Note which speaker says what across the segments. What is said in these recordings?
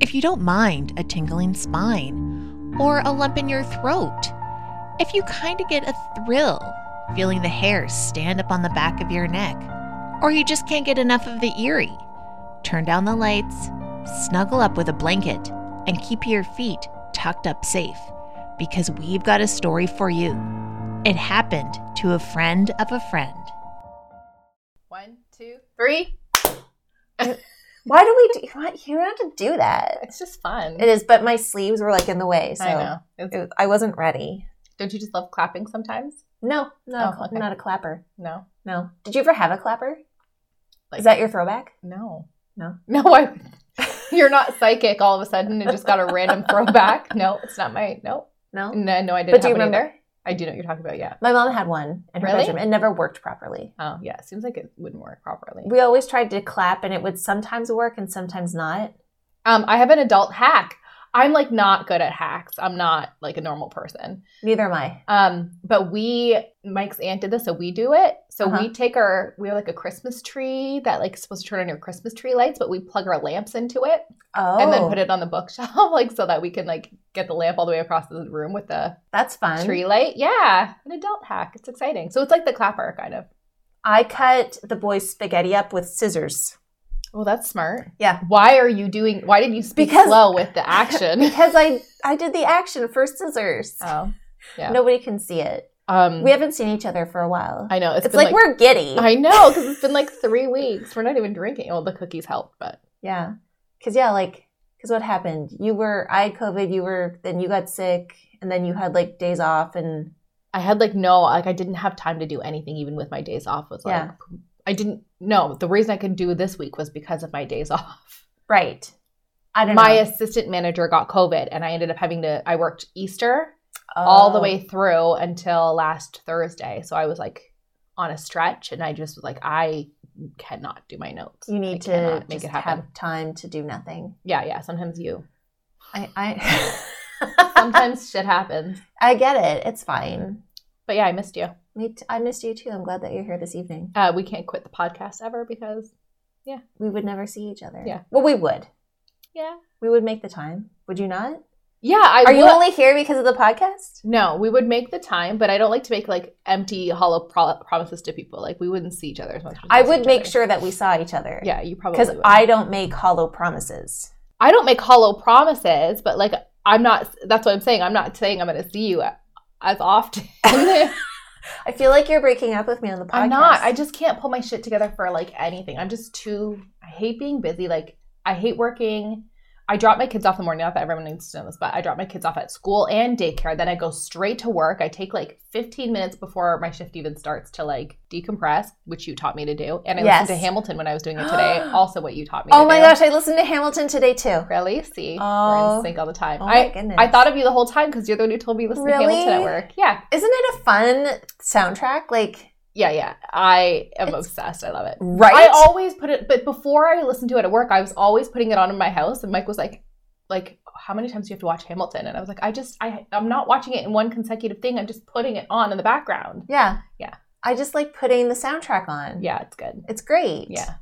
Speaker 1: if you don't mind a tingling spine or a lump in your throat, if you kind of get a thrill feeling the hairs stand up on the back of your neck, or you just can't get enough of the eerie, turn down the lights, snuggle up with a blanket, and keep your feet tucked up safe because we've got a story for you. It happened to a friend of a friend.
Speaker 2: One, two, three.
Speaker 3: Why do we do what? You don't have to do that.
Speaker 2: It's just fun.
Speaker 3: It is, but my sleeves were like in the way, so
Speaker 2: I know. It's-
Speaker 3: it was- I wasn't ready.
Speaker 2: don't you just love clapping sometimes?
Speaker 3: No, not,
Speaker 2: Oh,
Speaker 3: a, cl-
Speaker 2: okay.
Speaker 3: not a clapper.
Speaker 2: No.
Speaker 3: No. Did you ever have a clapper?
Speaker 2: Like-
Speaker 3: is that your throwback?
Speaker 2: No.
Speaker 3: No.
Speaker 2: No, I, you're not psychic all of a sudden and just got a random throwback. No, it's not my, no.
Speaker 3: No.
Speaker 2: No, no I didn't
Speaker 3: but do you
Speaker 2: have one
Speaker 3: remember?
Speaker 2: either. I do know what you're talking about, yeah.
Speaker 3: My mom had one in her
Speaker 2: Really?
Speaker 3: bedroom. It never worked properly.
Speaker 2: Oh, yeah. Seems like it wouldn't work properly.
Speaker 3: We always tried to clap, and it would sometimes work and sometimes not.
Speaker 2: Um, I have an adult hack. I'm like not good at hacks. I'm not like a normal person.
Speaker 3: Neither am I.
Speaker 2: Um, but we, Mike's aunt did this, so we do it. So
Speaker 3: Uh-huh.
Speaker 2: we take our, we have like a Christmas tree that like is supposed to turn on your Christmas tree lights, but we plug our lamps into it
Speaker 3: Oh,
Speaker 2: and then put it on the bookshelf, like so that we can like get the lamp all the way across the room with the
Speaker 3: That's fun.
Speaker 2: tree light. Yeah, an adult hack. It's exciting. So it's like the clapper kind of.
Speaker 3: I cut the boys' spaghetti up with scissors.
Speaker 2: Well, that's smart.
Speaker 3: Yeah.
Speaker 2: Why are you doing? Why did you speak
Speaker 3: Oh, Because-
Speaker 2: slow with the action?
Speaker 3: because I I did the action for scissors.
Speaker 2: oh, yeah.
Speaker 3: Nobody can see it.
Speaker 2: um,
Speaker 3: We haven't seen each other for a while.
Speaker 2: I know.
Speaker 3: it's
Speaker 2: been,
Speaker 3: like, we're giddy.
Speaker 2: I know because it's been like three weeks. We're not even drinking. Well, the cookies helped, but
Speaker 3: yeah, because yeah, like because what happened? You were I had COVID. You were then you got sick, and then you had like days off, and
Speaker 2: I had like no, like I didn't have time to do anything. Even with my days off, was like
Speaker 3: Yeah.
Speaker 2: I didn't. No, the reason I could do this week was because of my days off.
Speaker 3: right. I don't
Speaker 2: my
Speaker 3: know.
Speaker 2: assistant manager got COVID, and I ended up having to. I worked Easter all the
Speaker 3: Oh,
Speaker 2: way through until last Thursday, so I was like on a stretch, and I just was like, I cannot do my notes.
Speaker 3: Oh, You
Speaker 2: I
Speaker 3: need to
Speaker 2: cannot
Speaker 3: make it happen. have time to do nothing.
Speaker 2: yeah, yeah. Sometimes you.
Speaker 3: I I
Speaker 2: Sometimes shit happens.
Speaker 3: I get it. It's fine.
Speaker 2: But yeah, I missed you.
Speaker 3: Me t- I missed you too. I'm glad that you're here this evening.
Speaker 2: Uh, we can't quit the podcast ever because
Speaker 3: We would never see each other.
Speaker 2: Yeah.
Speaker 3: Well, we would.
Speaker 2: yeah,
Speaker 3: We would make the time. Would you not?
Speaker 2: yeah. I
Speaker 3: Are you
Speaker 2: would-
Speaker 3: only here because of the podcast?
Speaker 2: No, we would make the time, but I don't like to make like empty, hollow pro- promises to people. Like we wouldn't see each other as much. as we
Speaker 3: I
Speaker 2: see
Speaker 3: would
Speaker 2: each
Speaker 3: make
Speaker 2: other.
Speaker 3: sure that we saw each other.
Speaker 2: Yeah, you probably
Speaker 3: Because
Speaker 2: because
Speaker 3: I don't make hollow promises.
Speaker 2: I don't make hollow promises, but like I'm not. That's what I'm saying. I'm not saying I'm going to see you a- as often.
Speaker 3: I feel like you're breaking up with me on the podcast.
Speaker 2: I'm not. I just can't pull my shit together for like anything. I'm just too. I hate being busy. Like I hate working. I drop my kids off in the morning. Not that everyone needs to know this, but I drop my kids off at school and daycare. Then I go straight to work. I take like 15 minutes before my shift even starts to like decompress, which you taught me to do. And I
Speaker 3: Yes.
Speaker 2: listened to Hamilton when I was doing it today. also, what you taught me.
Speaker 3: oh
Speaker 2: to
Speaker 3: my
Speaker 2: do.
Speaker 3: gosh, I listened to Hamilton today too.
Speaker 2: Really? See, we're
Speaker 3: Oh.
Speaker 2: in sync all the time.
Speaker 3: Oh my
Speaker 2: I
Speaker 3: goodness.
Speaker 2: I thought of you the whole time because you're the one who told me to listen to
Speaker 3: Really?
Speaker 2: Hamilton at work. Yeah,
Speaker 3: Isn't it a fun soundtrack? Like,
Speaker 2: yeah, yeah. I am
Speaker 3: It's-
Speaker 2: obsessed. I love it.
Speaker 3: right?
Speaker 2: I always put it, but before I listened to it at work, I was always putting it on in my house, and Mike was like, like how many times do you have to watch Hamilton? And I was like, I just I I'm not watching it in one consecutive thing. I'm just putting it on in the background.
Speaker 3: yeah.
Speaker 2: Yeah.
Speaker 3: I just like putting the soundtrack on.
Speaker 2: Yeah, it's good.
Speaker 3: It's great.
Speaker 2: Yeah.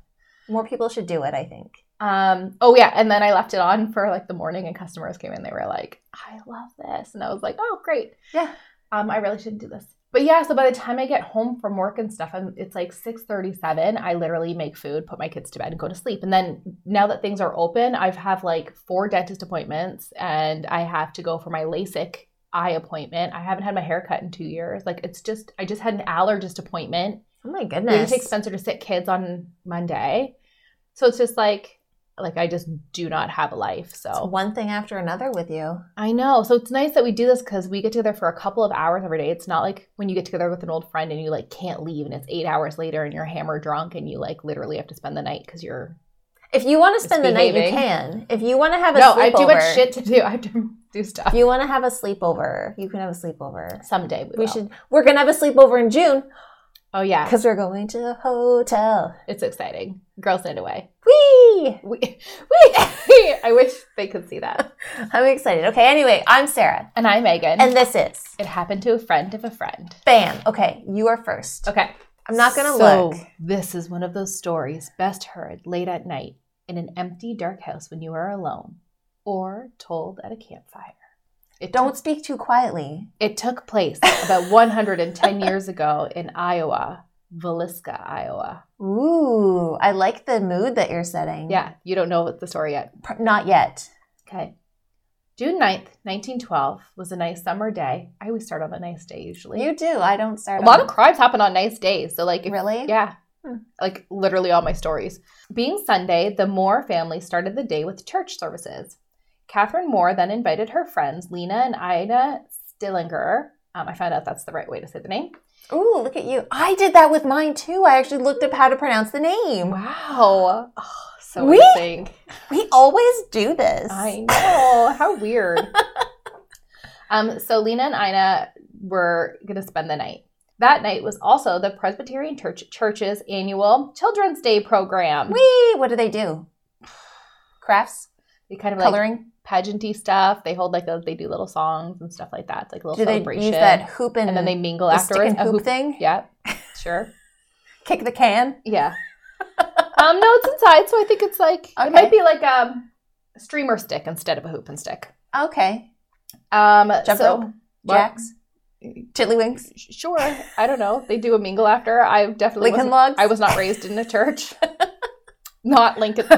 Speaker 3: More people should do it, I think.
Speaker 2: Um. Oh yeah. And then I left it on for like the morning, and customers came in. They were like, I love this, and I was like, oh great.
Speaker 3: Yeah.
Speaker 2: Um. I really shouldn't do this. But yeah, so by the time I get home from work and stuff, I'm, it's like 6:37. I literally make food, put my kids to bed, and go to sleep. And then now that things are open, I've have like four dentist appointments, and I have to go for my LASIK eye appointment. I haven't had my hair cut in two years. Like it's just, I just had an allergist appointment.
Speaker 3: Oh my
Speaker 2: We had
Speaker 3: goodness.
Speaker 2: to take Spencer to sit kids on Monday, so it's just like, like I just do not have a life. So
Speaker 3: It's one thing after another with you.
Speaker 2: I know. So it's nice that we do this because we get together for a couple of hours every day. It's not like when you get together with an old friend and you like can't leave and it's eight hours later and you're hammer drunk and you like literally have to spend the night because you're.
Speaker 3: If you want to spend the night, you
Speaker 2: Misbehaving.
Speaker 3: can. If you want to have a
Speaker 2: No,
Speaker 3: sleepover,
Speaker 2: I have too much shit to do. I have to do stuff.
Speaker 3: If you want to have a sleepover, you can have a sleepover.
Speaker 2: Someday we,
Speaker 3: We
Speaker 2: will.
Speaker 3: should. We're gonna have a sleepover in June
Speaker 2: Oh yeah,
Speaker 3: because we're going to a hotel.
Speaker 2: it's exciting. Girls Night Away.
Speaker 3: Whee!
Speaker 2: We, we. I wish they could see that.
Speaker 3: I'm excited. Okay. Anyway, I'm Sarah,
Speaker 2: And I'm Megan.
Speaker 3: and this is
Speaker 2: it happened to a friend of a friend.
Speaker 3: Bam. Okay, you are first.
Speaker 2: Okay.
Speaker 3: I'm not gonna
Speaker 2: so,
Speaker 3: look.
Speaker 2: This is one of those stories best heard late at night in an empty, dark house when you are alone. or told at a campfire. It
Speaker 3: Don't speak too quietly.
Speaker 2: It took place about 110 years ago in Iowa, Villisca, Iowa.
Speaker 3: Ooh, I like the mood that you're setting.
Speaker 2: Yeah, you don't know the story yet.
Speaker 3: Pr- Not yet.
Speaker 2: Okay. June 9th, 1912 was a nice summer day. I always start on a nice day usually.
Speaker 3: You do. I don't start.
Speaker 2: a lot
Speaker 3: on-
Speaker 2: of crimes happen on nice days. So, like, if
Speaker 3: really.
Speaker 2: Yeah.
Speaker 3: Hmm.
Speaker 2: Like literally all my stories. Being Sunday, the Moore family started the day with church services. Catherine Moore then invited her friends, Lena and Ida Stillinger. Um, I found out that's the right way to say the name.
Speaker 3: Ooh, look at you. I did that with mine too. I actually looked up how to pronounce the name.
Speaker 2: Wow. Oh, so
Speaker 3: We-
Speaker 2: amazing.
Speaker 3: We always do this.
Speaker 2: I know. How weird. um, so Lena and Ina were going to spend the night. That night was also the Presbyterian Church Church's annual Children's Day program.
Speaker 3: Wee! What do they do? Crafts?
Speaker 2: they kind of like
Speaker 3: Coloring?
Speaker 2: pageanty stuff. They hold like a, they do little songs and stuff like that. It's like a little
Speaker 3: Do they
Speaker 2: celebration.
Speaker 3: use that hoop and,
Speaker 2: and then they mingle
Speaker 3: the stick
Speaker 2: afterwards.
Speaker 3: and
Speaker 2: A
Speaker 3: hoop,
Speaker 2: hoop-
Speaker 3: thing?
Speaker 2: Yeah, sure.
Speaker 3: Kick the can?
Speaker 2: Yeah. um, no, it's inside, so I think it's like
Speaker 3: Okay.
Speaker 2: it might be like um, a streamer stick instead of a hoop and stick.
Speaker 3: Okay.
Speaker 2: Um,
Speaker 3: Jump
Speaker 2: so,
Speaker 3: rope?
Speaker 2: Well,
Speaker 3: Jacks? Tiddlywinks?
Speaker 2: sh- Sure, I don't know. They do a mingle after. I definitely wasn't-
Speaker 3: Lincoln logs?
Speaker 2: I was not raised in a church. not Lincoln.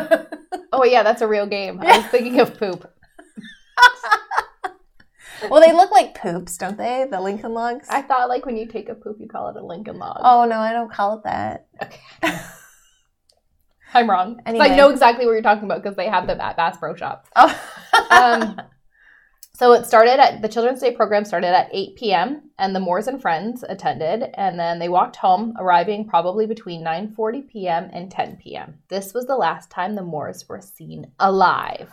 Speaker 2: Oh yeah, that's a real game. I was thinking of poop.
Speaker 3: well, they look like poops, don't they? The Lincoln logs?
Speaker 2: I thought like when you take a poop, you call it a Lincoln log.
Speaker 3: oh, no, I don't call it that.
Speaker 2: I'm wrong. 'Cause I
Speaker 3: Anyway.
Speaker 2: know exactly what you're talking about because they have them at Bass Pro Shop.
Speaker 3: Oh.
Speaker 2: Um, so it started at the Children's Day program started at 8 p.m. and the Moores and friends attended, and then they walked home, arriving probably between 9:40 p.m. and 10 p.m. This was the last time the Moores were seen alive.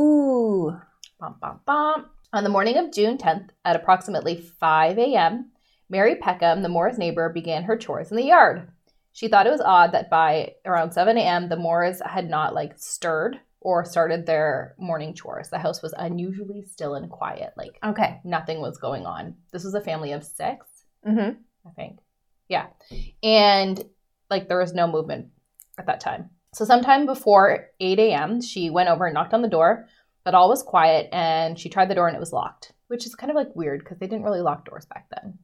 Speaker 3: oh.
Speaker 2: Bum, bum, bum. On the morning of June 10th, at approximately 5 a.m., Mary Peckham, the Moore's neighbor, began her chores in the yard. She thought it was odd that by around 7 a.m., the Moores had not like stirred or started their morning chores. The house was unusually still and quiet, like
Speaker 3: Okay.
Speaker 2: nothing was going on. This was a family of six,
Speaker 3: Mm-hmm.
Speaker 2: I think. Yeah. And like there was no movement at that time. So sometime before 8 a.m., she went over and knocked on the door, but all was quiet and she tried the door and it was locked, which is kind of like weird because they didn't really lock doors back then.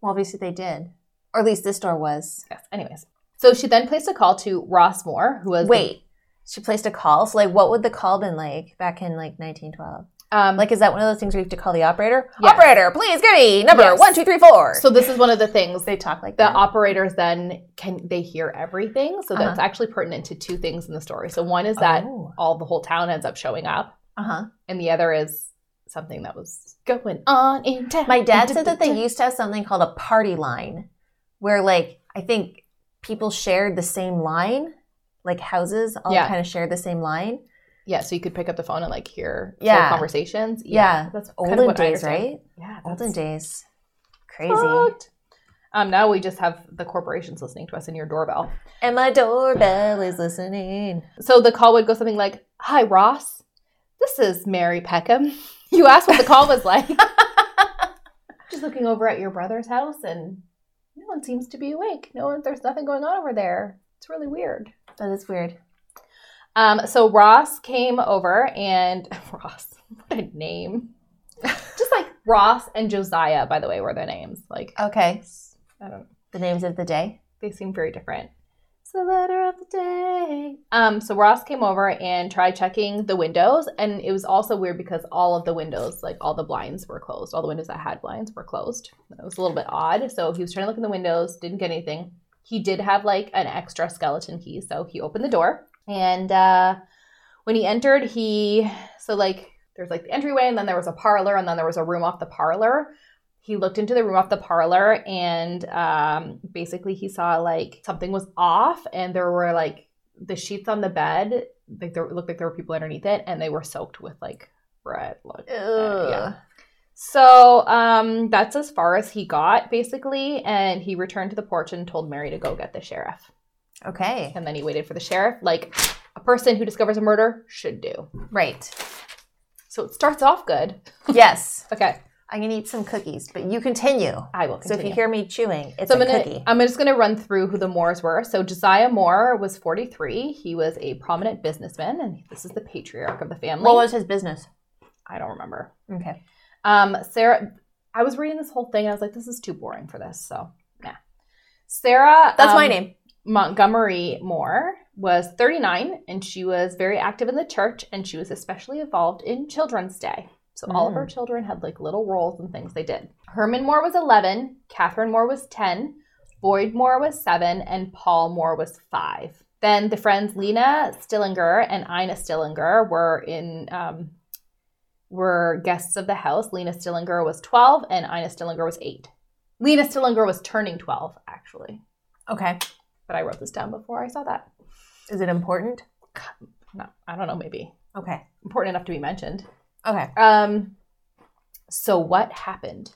Speaker 3: Well, obviously they did. Or at least this door was.
Speaker 2: Yes. Anyways. So she then placed a call to Ross Moore, who was the-
Speaker 3: Wait. She placed a call. So, like, what would the call been like back in like 1912?
Speaker 2: um,
Speaker 3: Like, is that one of those things where you have to call the operator?
Speaker 2: Yes.
Speaker 3: Operator, please give me number
Speaker 2: Yes.
Speaker 3: one, two, three, four.
Speaker 2: so this is one of the things
Speaker 3: they talk like
Speaker 2: the
Speaker 3: that.
Speaker 2: operators then can they hear everything. So that's
Speaker 3: Uh-huh.
Speaker 2: actually pertinent to two things in the story. So one is that
Speaker 3: Oh.
Speaker 2: all the whole town ends up showing up.
Speaker 3: uh huh.
Speaker 2: and the other is something that was going on in town.
Speaker 3: My dad said that they used to have something called a party line, where like I think people shared the same line, like houses all
Speaker 2: Yeah.
Speaker 3: kind of shared the same line.
Speaker 2: yeah, so you could pick up the phone and like hear full
Speaker 3: Yeah.
Speaker 2: conversations.
Speaker 3: Yeah.
Speaker 2: that's kind of
Speaker 3: Olden
Speaker 2: what I
Speaker 3: days,
Speaker 2: understand.
Speaker 3: right?
Speaker 2: Yeah,
Speaker 3: Olden
Speaker 2: that's
Speaker 3: days, eh? crazy.
Speaker 2: fucked. Um, now we just have the corporations listening to us in your doorbell.
Speaker 3: And my doorbell is listening.
Speaker 2: So the call would go something like, "Hi, Ross. This is Mary Peckham. You asked what the call was like. just looking over at your brother's house, and no one seems to be awake. No one. There's nothing going on over there. It's really weird."
Speaker 3: That is weird.
Speaker 2: Um, so Ross came over and Ross, what a name. Just like Ross and Josiah, by the way, were their names. Like
Speaker 3: Okay,
Speaker 2: I don't
Speaker 3: the names of the day.
Speaker 2: they seem very different. It's the letter of the day. Um, so Ross came over and tried checking the windows, and it was also weird because all of the windows, like all the blinds were closed. All the windows that had blinds were closed. It was a little bit odd. So he was trying to look in the windows, didn't get anything. He did have like an extra skeleton key, so he opened the door. And uh, when he entered, he so like there's like the entryway, and then there was a parlor, and then there was a room off the parlor he looked into the room off the parlor and um, basically he saw like something was off and there were like the sheets on the bed like there looked like there were people underneath it and they were soaked with like red look
Speaker 3: Ugh.
Speaker 2: so um, that's as far as he got basically and he returned to the porch and told mary to go get the sheriff
Speaker 3: Okay,
Speaker 2: and then he waited for the sheriff like a person who discovers a murder should do
Speaker 3: right.
Speaker 2: so it starts off good
Speaker 3: Yes.
Speaker 2: okay
Speaker 3: I'm gonna eat some cookies, but you continue.
Speaker 2: I will
Speaker 3: So if you
Speaker 2: continue.
Speaker 3: hear me chewing, it's
Speaker 2: So I'm
Speaker 3: a
Speaker 2: gonna,
Speaker 3: cookie.
Speaker 2: I'm just going to run through who the Moores were. So Josiah Moore was 43. He was a prominent businessman, and this is the patriarch of the family.
Speaker 3: what was his business?
Speaker 2: I don't remember.
Speaker 3: Okay.
Speaker 2: Um, Sarah, I was reading this whole thing. And I was like, this is too boring for this. So, nah. Sarah.
Speaker 3: That's
Speaker 2: um,
Speaker 3: my name.
Speaker 2: Montgomery Moore was 39, and she was very active in the church, and she was especially involved in Children's Day. So all of her children had like little roles and things they did. Herman Moore was 11, Catherine Moore was 10, Boyd Moore was 7, and Paul Moore was 5. Then the friends Lena Stillinger and Ina Stillinger were in um, were guests of the house. Lena Stillinger was 12 and Ina Stillinger was 8. Lena Stillinger was turning 12 actually
Speaker 3: Okay.
Speaker 2: but I wrote this down before I saw that.
Speaker 3: Is it important?
Speaker 2: No, I don't know, maybe
Speaker 3: Okay.
Speaker 2: important enough to be mentioned.
Speaker 3: Okay.
Speaker 2: Um, so what happened?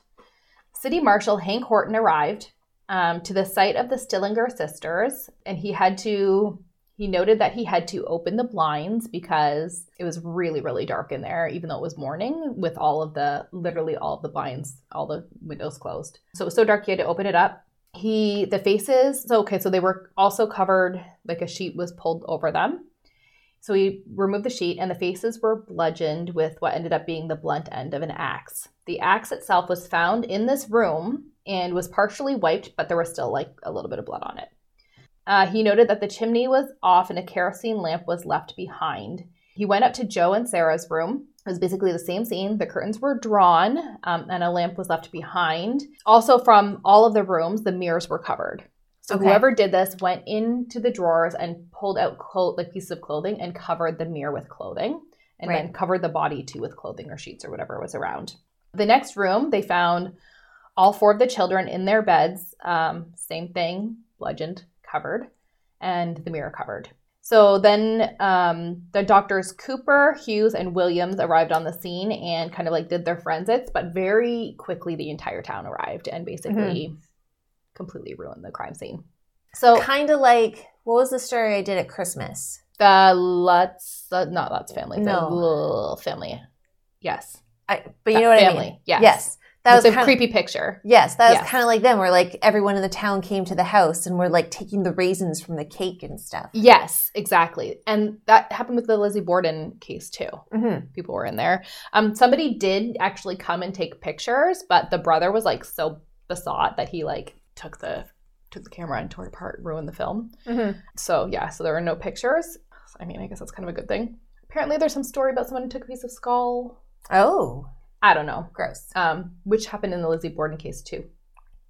Speaker 2: City Marshal Hank Horton arrived um, to the site of the Stillinger sisters, and he had to. He noted that he had to open the blinds because it was really, really dark in there, even though it was morning, with all of the literally all of the blinds, all the windows closed. So it was so dark he had to open it up. He the faces. So okay, so they were also covered. Like a sheet was pulled over them. So he removed the sheet, and the faces were bludgeoned with what ended up being the blunt end of an axe. The axe itself was found in this room and was partially wiped, but there was still like a little bit of blood on it. Uh, he noted that the chimney was off and a kerosene lamp was left behind. He went up to Joe and Sarah's room. It was basically the same scene. The curtains were drawn um, and a lamp was left behind. Also, from all of the rooms, the mirrors were covered. So
Speaker 3: Okay.
Speaker 2: whoever did this went into the drawers and pulled out clo- like pieces of clothing and covered the mirror with clothing, and then
Speaker 3: Right.
Speaker 2: covered the body too with clothing or sheets or whatever was around. The next room, they found all four of the children in their beds. Um, same thing, bludgeoned, covered, and the mirror covered. So then um, the doctors Cooper, Hughes, and Williams arrived on the scene and kind of like did their forensics, but very quickly the entire town arrived and basically
Speaker 3: Mm-hmm.
Speaker 2: completely ruined the crime scene. So
Speaker 3: Kind of like what was the story I did at Christmas?
Speaker 2: the Lutz, uh, not Lutz family, the
Speaker 3: No.
Speaker 2: Lull family. Yes.
Speaker 3: I, but you know
Speaker 2: That
Speaker 3: what
Speaker 2: family.
Speaker 3: I mean.
Speaker 2: Yes.
Speaker 3: Yes. That
Speaker 2: With
Speaker 3: was
Speaker 2: a
Speaker 3: kind
Speaker 2: creepy picture.
Speaker 3: Yes, that was
Speaker 2: Yes.
Speaker 3: kind of like them, where like everyone in the town came to the house and were like taking the raisins from the cake and stuff.
Speaker 2: Yes, exactly. And that happened with the Lizzie Borden case too.
Speaker 3: Mm-hmm.
Speaker 2: People were in there. Um, somebody did actually come and take pictures, but the brother was like so besought that he like took the took the camera and tore it apart, ruined the film.
Speaker 3: Mm-hmm.
Speaker 2: So yeah, so there were no pictures. I mean, I guess that's kind of a good thing. Apparently, there's some story about someone who took a piece of skull.
Speaker 3: Oh,
Speaker 2: I don't know,
Speaker 3: gross.
Speaker 2: um, which happened in the Lizzie Borden case too.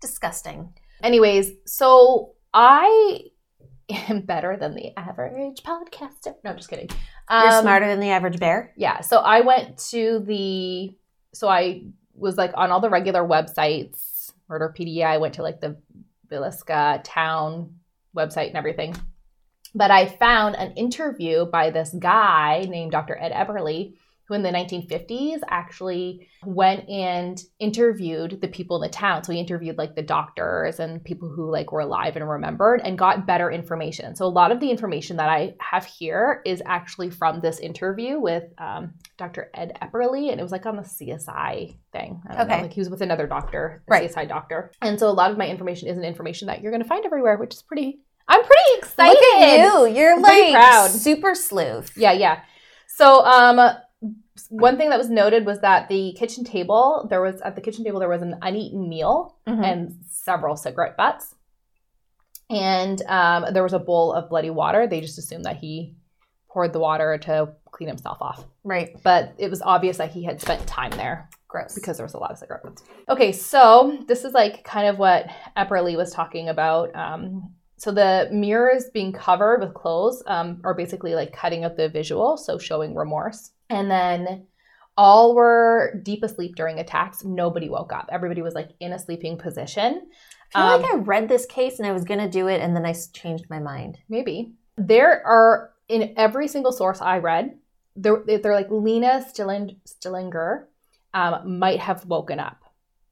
Speaker 3: Disgusting.
Speaker 2: Anyways, so I am better than the average podcaster. No, I'm just kidding.
Speaker 3: You're
Speaker 2: Um,
Speaker 3: smarter than the average bear.
Speaker 2: Yeah. So I went to the, so I was like on all the regular websites, Murder PDA. I went to like the Villisca town website and everything. But I found an interview by this guy named Dr. Ed Eberly, who in the 1950s actually went and interviewed the people in the town. So he interviewed like the doctors and people who like were alive and remembered and got better information. So a lot of the information that I have here is actually from this interview with um, Dr. Ed Epperly, and it was like on the CSI thing. I don't know,
Speaker 3: Okay.
Speaker 2: like he was with another doctor, a
Speaker 3: Right.
Speaker 2: CSI doctor. And so a lot of my information isn't information that you're going to find everywhere, which is pretty. I'm pretty excited.
Speaker 3: Look at you. You're
Speaker 2: I'm pretty
Speaker 3: like
Speaker 2: proud.
Speaker 3: super sleuth.
Speaker 2: Yeah, yeah. So, um, one thing that was noted was that the kitchen table there was at the kitchen table there was an uneaten meal
Speaker 3: Mhm.
Speaker 2: and several cigarette butts, and um, there was a bowl of bloody water. They just assumed that he poured the water to clean himself off,
Speaker 3: Right.
Speaker 2: but it was obvious that he had spent time there
Speaker 3: Gross.
Speaker 2: because there was a lot of cigarette butts. Okay, so this is like kind of what Epperly was talking about. Um, so the mirrors being covered with clothes um, are basically like cutting out the visual, so showing remorse. And then all were deep asleep during attacks. Nobody woke up. Everybody was like in a sleeping position.
Speaker 3: I feel
Speaker 2: um,
Speaker 3: like I read this case and I was gonna do it and then I s- changed my mind.
Speaker 2: Maybe there are in every single source I read, they're, they're like Lena Stilling, Stillinger um, might have woken up.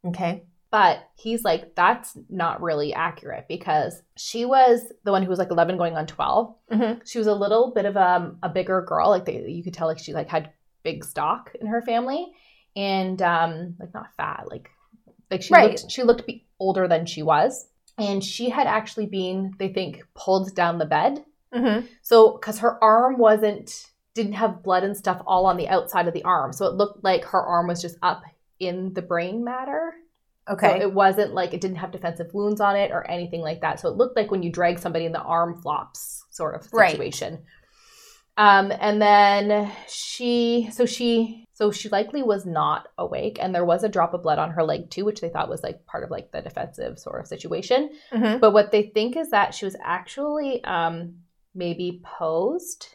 Speaker 3: Okay.
Speaker 2: But he's like, that's not really accurate because she was the one who was like 11 going on 12.
Speaker 3: Mhm.
Speaker 2: She was a little bit of um, a bigger girl. Like they, you could tell like she like had big stock in her family. and um, like not fat, like like she
Speaker 3: Right.
Speaker 2: looked she looked be- older than she was, and she had actually been they think pulled down the bed.
Speaker 3: Mm-hmm.
Speaker 2: So because her arm wasn't didn't have blood and stuff all on the outside of the arm, so it looked like her arm was just up in the brain matter.
Speaker 3: Okay.
Speaker 2: So it wasn't like it didn't have defensive wounds on it or anything like that. So it looked like when you drag somebody in the arm flops sort of
Speaker 3: Right.
Speaker 2: situation. Um, and then she, so she, so she likely was not awake, and there was a drop of blood on her leg too, which they thought was like part of like the defensive sort of situation.
Speaker 3: mm-hmm.
Speaker 2: But what they think is that she was actually um, maybe posed.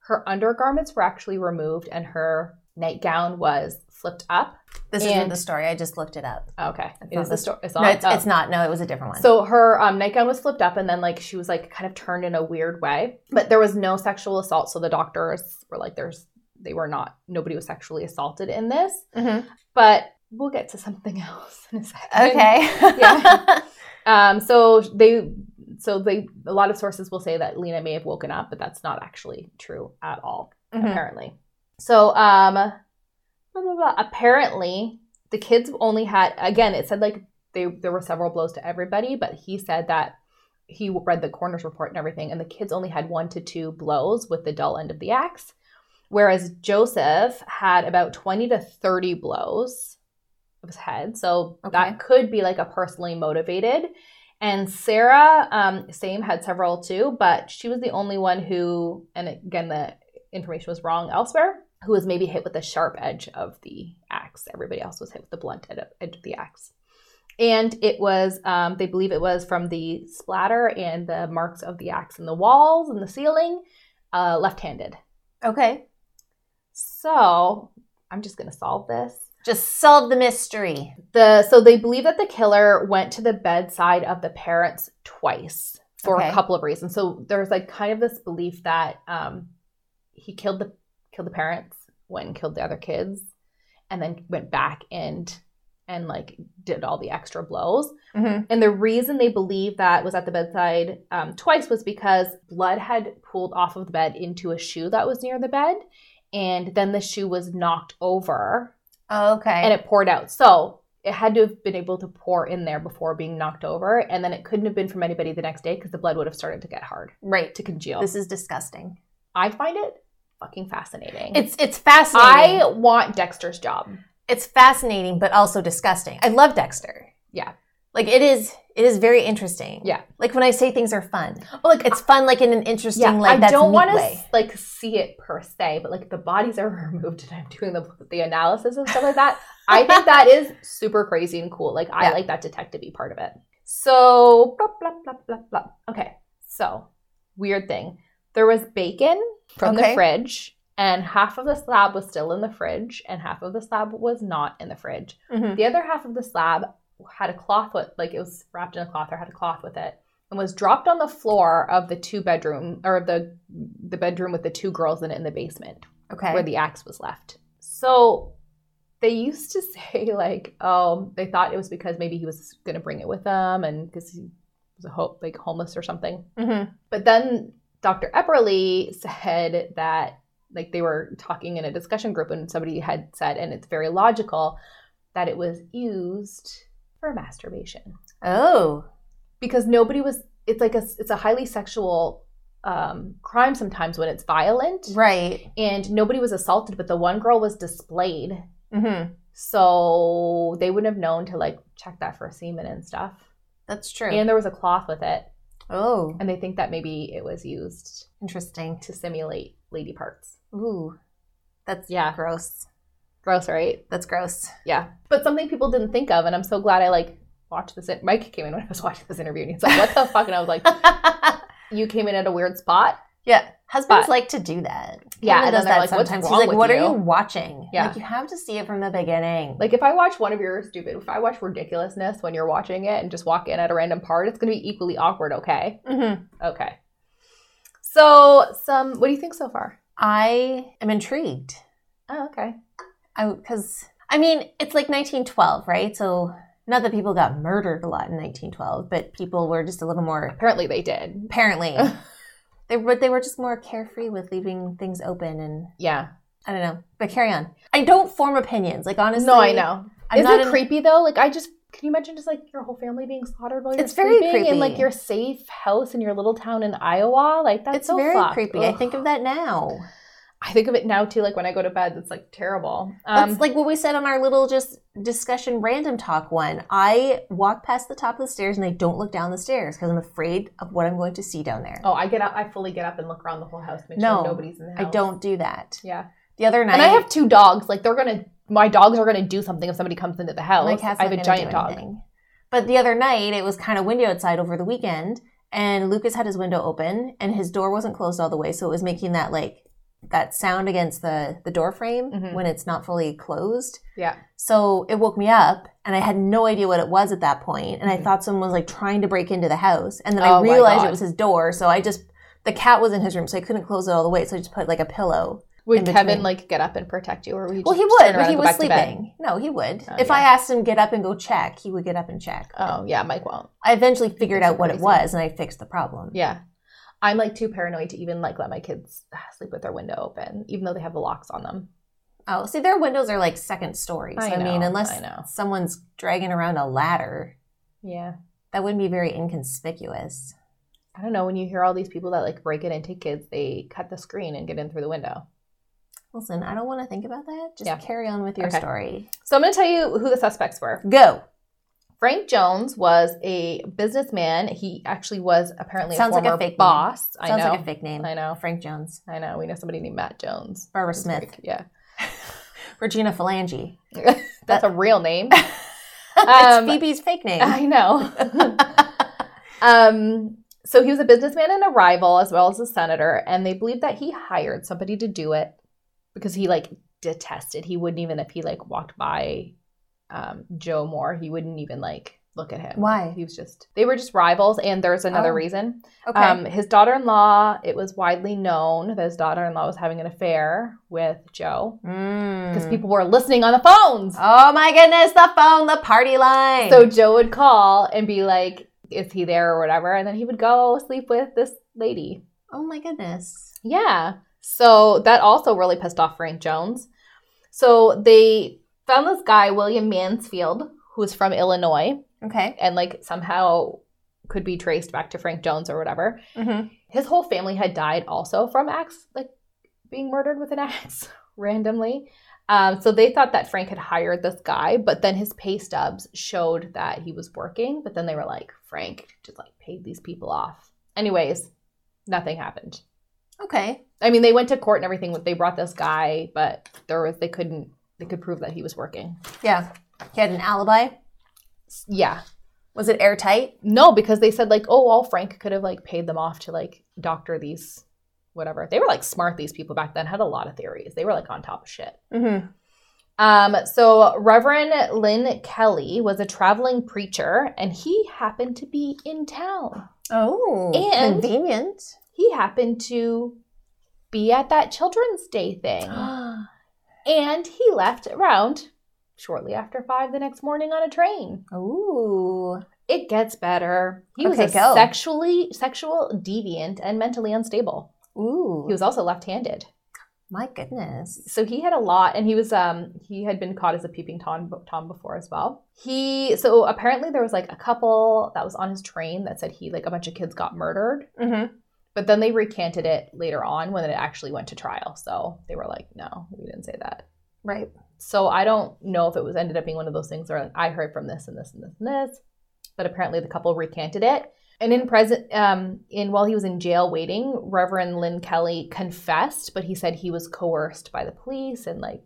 Speaker 2: Her undergarments were actually removed, and her nightgown was flipped up.
Speaker 3: This
Speaker 2: and-
Speaker 3: isn't the story. I just looked it up.
Speaker 2: Okay, it
Speaker 3: not
Speaker 2: is the
Speaker 3: this-
Speaker 2: story. It's,
Speaker 3: no, it's,
Speaker 2: oh.
Speaker 3: it's not. No, it was a different one.
Speaker 2: So her um, nightgown was flipped up, and then like she was like kind of turned in a weird way. But there was no sexual assault, so the doctors were like, "There's they were not nobody was sexually assaulted in this."
Speaker 3: Mhm.
Speaker 2: But we'll get to something else in a second.
Speaker 3: okay.
Speaker 2: Yeah. Um, so they so they a lot of sources will say that Lena may have woken up, but that's not actually true at all
Speaker 3: Mhm.
Speaker 2: apparently. So, um, blah, blah, blah. apparently, the kids only had, again, it said like they, there were several blows to everybody, but he said that he read the coroner's report and everything, and the kids only had one to two blows with the dull end of the axe, whereas Joseph had about 20 to 30 blows of his head. So,
Speaker 3: Okay.
Speaker 2: that could be like a personally motivated. And Sarah, um, same, had several too, but she was the only one who, and again, the information was wrong elsewhere, who was maybe hit with the sharp edge of the axe. Everybody else was hit with the blunt ed- edge of the axe. And it was, um, they believe it was from the splatter and the marks of the axe in the walls and the ceiling, uh, left handed.
Speaker 3: okay.
Speaker 2: So I'm just going to solve this.
Speaker 3: Just solve the mystery.
Speaker 2: The so they believe that the killer went to the bedside of the parents twice for
Speaker 3: Okay.
Speaker 2: a couple of reasons. So there's like kind of this belief that um, he killed the killed the parents, went and killed the other kids, and then went back and and like did all the extra blows.
Speaker 3: Mhm.
Speaker 2: And the reason they believe that was at the bedside um, twice was because blood had pooled off of the bed into a shoe that was near the bed, and then the shoe was knocked over
Speaker 3: Okay.
Speaker 2: and it poured out. So it had to have been able to pour in there before being knocked over, and then it couldn't have been from anybody the next day because the blood would have started to get hard,
Speaker 3: right.
Speaker 2: to congeal.
Speaker 3: This is disgusting.
Speaker 2: I find it fucking fascinating.
Speaker 3: It's it's fascinating.
Speaker 2: I want Dexter's job.
Speaker 3: it's fascinating but also disgusting. I love Dexter.
Speaker 2: Yeah.
Speaker 3: Like it is it is very interesting.
Speaker 2: Yeah.
Speaker 3: Like when I say things are fun.
Speaker 2: Oh, like
Speaker 3: It's fun like in an interesting
Speaker 2: yeah, I
Speaker 3: like that's
Speaker 2: don't
Speaker 3: want
Speaker 2: want to like see it per se, but like the bodies are removed and I'm doing the the analysis and stuff like that. I think that is super crazy and cool. Like I
Speaker 3: Yeah.
Speaker 2: like that detective part of it. So blah blah blah blah blah. Okay, so weird thing. There was bacon from the
Speaker 3: Okay.
Speaker 2: fridge, and half of the slab was still in the fridge, and half of the slab was not in the fridge.
Speaker 3: Mhm.
Speaker 2: The other half of the slab had a cloth with, like it was wrapped in a cloth or had a cloth with it, and was dropped on the floor of the two bedroom or of the the bedroom with the two girls in it in the basement
Speaker 3: Okay.
Speaker 2: where the axe was left. So they used to say like, oh, they thought it was because maybe he was going to bring it with him and because he was a ho- like homeless or something.
Speaker 3: Mhm.
Speaker 2: But then Dr. Epperly said that, like, they were talking in a discussion group, and somebody had said, and it's very logical, that it was used for masturbation
Speaker 3: Oh.
Speaker 2: because nobody was. It's like a it's a highly sexual um, crime sometimes when it's violent,
Speaker 3: Right.
Speaker 2: and nobody was assaulted, but the one girl was displayed,
Speaker 3: Mhm.
Speaker 2: so they wouldn't have known to like check that for semen and stuff.
Speaker 3: That's true.
Speaker 2: And there was a cloth with it,
Speaker 3: oh,
Speaker 2: and they think that maybe it was used
Speaker 3: interesting.
Speaker 2: to simulate lady parts.
Speaker 3: Ooh. That's
Speaker 2: Yeah.
Speaker 3: gross.
Speaker 2: Gross, right?
Speaker 3: That's gross.
Speaker 2: Yeah. But something people didn't think of, and I'm so glad I like watched this. In- Mike came in when I was watching this interview, and he's like, "What the fuck?" And I was like, "You came in at a weird spot."
Speaker 3: yeah. Husbands
Speaker 2: But-
Speaker 3: like to do that.
Speaker 2: Yeah,
Speaker 3: Hannah
Speaker 2: and then
Speaker 3: does
Speaker 2: they're like,
Speaker 3: that
Speaker 2: "What's
Speaker 3: sometimes.
Speaker 2: wrong
Speaker 3: She's like,
Speaker 2: with
Speaker 3: what are
Speaker 2: you?"
Speaker 3: you watching?
Speaker 2: Yeah.
Speaker 3: Like you have to see it from the beginning.
Speaker 2: Like if I watch one of your stupid, if I watch ridiculousness when you're watching it, and just walk in at a random part, it's gonna be equally awkward. Okay,
Speaker 3: Mhm.
Speaker 2: okay. So, some. What do you think so far?
Speaker 3: I am intrigued.
Speaker 2: Oh, okay.
Speaker 3: I because I mean it's like 1912, right? So not that people got murdered a lot in 1912, but people were just a little more
Speaker 2: Apparently they did.
Speaker 3: apparently they but they were just more carefree with leaving things open and
Speaker 2: Yeah.
Speaker 3: I don't know, but carry on. I don't form opinions. Like honestly,
Speaker 2: no, I know.
Speaker 3: I'm
Speaker 2: Isn't
Speaker 3: not
Speaker 2: it
Speaker 3: an-
Speaker 2: creepy though? Like I just can you imagine just like your whole family being slaughtered while you're
Speaker 3: It's very
Speaker 2: sleeping in
Speaker 3: creepy.
Speaker 2: like your safe house in your little town in Iowa? Like that's
Speaker 3: it's
Speaker 2: so
Speaker 3: very
Speaker 2: fucked.
Speaker 3: creepy.
Speaker 2: Ugh.
Speaker 3: I think of that now.
Speaker 2: I think of it now too. Like when I go to bed, it's like terrible. Um,
Speaker 3: That's like what we said on our little just discussion random talk one. I walk past the top of the stairs and I don't look down the stairs because I'm afraid of what I'm going to see down there.
Speaker 2: oh, I get up. I fully get up and look around the whole house to make
Speaker 3: No,
Speaker 2: sure nobody's in the
Speaker 3: I
Speaker 2: house.
Speaker 3: don't do that.
Speaker 2: Yeah,
Speaker 3: The other night,
Speaker 2: and I have two dogs. Like they're gonna. My dogs are gonna do something if somebody comes into the house.
Speaker 3: my cat's
Speaker 2: I have
Speaker 3: not
Speaker 2: a
Speaker 3: gonna
Speaker 2: giant
Speaker 3: do
Speaker 2: dog.
Speaker 3: anything. But the other night, it was kind of windy outside over the weekend, and Lucas had his window open, and his door wasn't closed all the way, so it was making that like that sound against the the door frame
Speaker 2: Mhm.
Speaker 3: when it's not fully closed.
Speaker 2: Yeah.
Speaker 3: So it woke me up, and I had no idea what it was at that point, and I
Speaker 2: Mhm.
Speaker 3: thought someone was like trying to break into the house, and then
Speaker 2: Oh
Speaker 3: I
Speaker 2: my
Speaker 3: realized
Speaker 2: God.
Speaker 3: it was his door, so I just the cat was in his room, so I couldn't close it all the way, so I just put like a pillow.
Speaker 2: Would
Speaker 3: in
Speaker 2: Kevin
Speaker 3: between.
Speaker 2: like get up and protect you, or would he?
Speaker 3: Well,
Speaker 2: just
Speaker 3: he
Speaker 2: turn
Speaker 3: would,
Speaker 2: around
Speaker 3: but
Speaker 2: and
Speaker 3: he
Speaker 2: go
Speaker 3: was
Speaker 2: back to bed?
Speaker 3: sleeping. No, he would.
Speaker 2: Oh,
Speaker 3: if
Speaker 2: yeah.
Speaker 3: I asked him get up and go check, he would get up and check.
Speaker 2: Oh yeah, Mike won't.
Speaker 3: I eventually figured
Speaker 2: That's
Speaker 3: out what it
Speaker 2: crazy.
Speaker 3: was and I fixed the problem.
Speaker 2: Yeah. I'm like too paranoid to even like let my kids ah, sleep with their window open, even though they have the locks on them.
Speaker 3: Oh, see, their windows are like second story. So
Speaker 2: I
Speaker 3: I, mean,
Speaker 2: know,
Speaker 3: unless
Speaker 2: I know.
Speaker 3: someone's dragging around a ladder,
Speaker 2: Yeah.
Speaker 3: that wouldn't be very inconspicuous.
Speaker 2: I don't know. When you hear all these people that like break it into kids, they cut the screen and get in through the window.
Speaker 3: Listen, I don't want to think about that. Just
Speaker 2: Yeah.
Speaker 3: carry on with your
Speaker 2: Okay.
Speaker 3: story.
Speaker 2: So I'm going to tell you who the suspects were.
Speaker 3: Go.
Speaker 2: Frank Jones was a businessman. He actually was apparently
Speaker 3: Sounds
Speaker 2: a
Speaker 3: like a
Speaker 2: former
Speaker 3: fake name.
Speaker 2: boss. I
Speaker 3: Sounds
Speaker 2: know.
Speaker 3: like a fake name.
Speaker 2: I know.
Speaker 3: Frank Jones,
Speaker 2: I know. We know somebody named Matt Jones.
Speaker 3: Barbara
Speaker 2: That's
Speaker 3: Smith,
Speaker 2: fake. Yeah.
Speaker 3: Regina Phalange.
Speaker 2: That's a real name.
Speaker 3: That's
Speaker 2: Um,
Speaker 3: Phoebe's fake name.
Speaker 2: I know. Um, so he was a businessman and a rival as well as a senator, and they believe that he hired somebody to do it because he like detested. He wouldn't even if he like walked by um, Joe Moore, he wouldn't even like look at him.
Speaker 3: Why?
Speaker 2: He was just they were just rivals, and there's another
Speaker 3: Oh.
Speaker 2: reason.
Speaker 3: okay.
Speaker 2: Um, his daughter-in-law. It was widely known that his daughter-in-law was having an affair with Joe because
Speaker 3: Mm.
Speaker 2: people were listening on the phones.
Speaker 3: Oh my goodness, the phone, the party line.
Speaker 2: So Joe would call and be like, "Is he there or whatever?" And then he would go sleep with this lady.
Speaker 3: oh my goodness.
Speaker 2: Yeah. So that also really pissed off Frank Jones. So they found this guy, William Mansfield, who's from Illinois
Speaker 3: Okay.
Speaker 2: and like somehow could be traced back to Frank Jones or whatever.
Speaker 3: Mm-hmm.
Speaker 2: His whole family had died also from axe, like being murdered with an axe randomly. Um, so they thought that Frank had hired this guy, but then his pay stubs showed that he was working. But then they were like, Frank just like paid these people off. Anyways, nothing happened.
Speaker 3: Okay.
Speaker 2: I mean, they went to court and everything. They brought this guy, but there was they couldn't they could prove that he was working.
Speaker 3: Yeah. He had an alibi.
Speaker 2: S- Yeah,
Speaker 3: Was it airtight?
Speaker 2: no, because they said like, oh, well, Frank could have like paid them off to like doctor these, whatever. They were like smart. These people back then had a lot of theories. They were like on top of shit.
Speaker 3: Mm-hmm.
Speaker 2: Um, so Reverend Lynn Kelly was a traveling preacher, and he happened to be in town.
Speaker 3: Oh,
Speaker 2: And-
Speaker 3: convenient.
Speaker 2: He happened to be at that Children's Day thing.
Speaker 3: oh,
Speaker 2: And he left around shortly after five the next morning on a train. It gets better. He was
Speaker 3: Okay,
Speaker 2: a
Speaker 3: go.
Speaker 2: sexually sexual deviant and mentally unstable.
Speaker 3: ooh,
Speaker 2: He was also left-handed,
Speaker 3: my goodness.
Speaker 2: so he had a lot, and he was um he had been caught as a peeping tom tom before as well. He so apparently there was like a couple that was on his train that said he like a bunch of kids got murdered,
Speaker 3: Mm-hmm.
Speaker 2: but then they recanted it later on when it actually went to trial. So they were like, no, we didn't say that.
Speaker 3: Right.
Speaker 2: So I don't know if it was ended up being one of those things where like, I heard from this and this and this and this, but apparently the couple recanted it. And in present, um, in while he was in jail waiting, Reverend Lynn Kelly confessed, but he said he was coerced by the police and like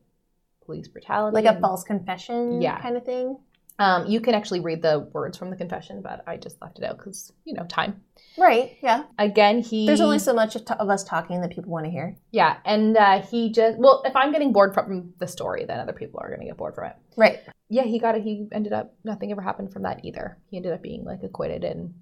Speaker 2: police brutality.
Speaker 3: Like a
Speaker 2: and-
Speaker 3: false confession
Speaker 2: Yeah.
Speaker 3: kind of thing.
Speaker 2: Um, you can actually read the words from the confession, but I just left it out because you know time.
Speaker 3: Right. Yeah.
Speaker 2: Again, he
Speaker 3: There's only so much of, t- of us talking that people want to hear.
Speaker 2: yeah, and uh, he just well, if I'm getting bored from the story, then other people are going to get bored from it.
Speaker 3: Right.
Speaker 2: yeah, he got it. He ended up nothing ever happened from that either. He ended up being like acquitted and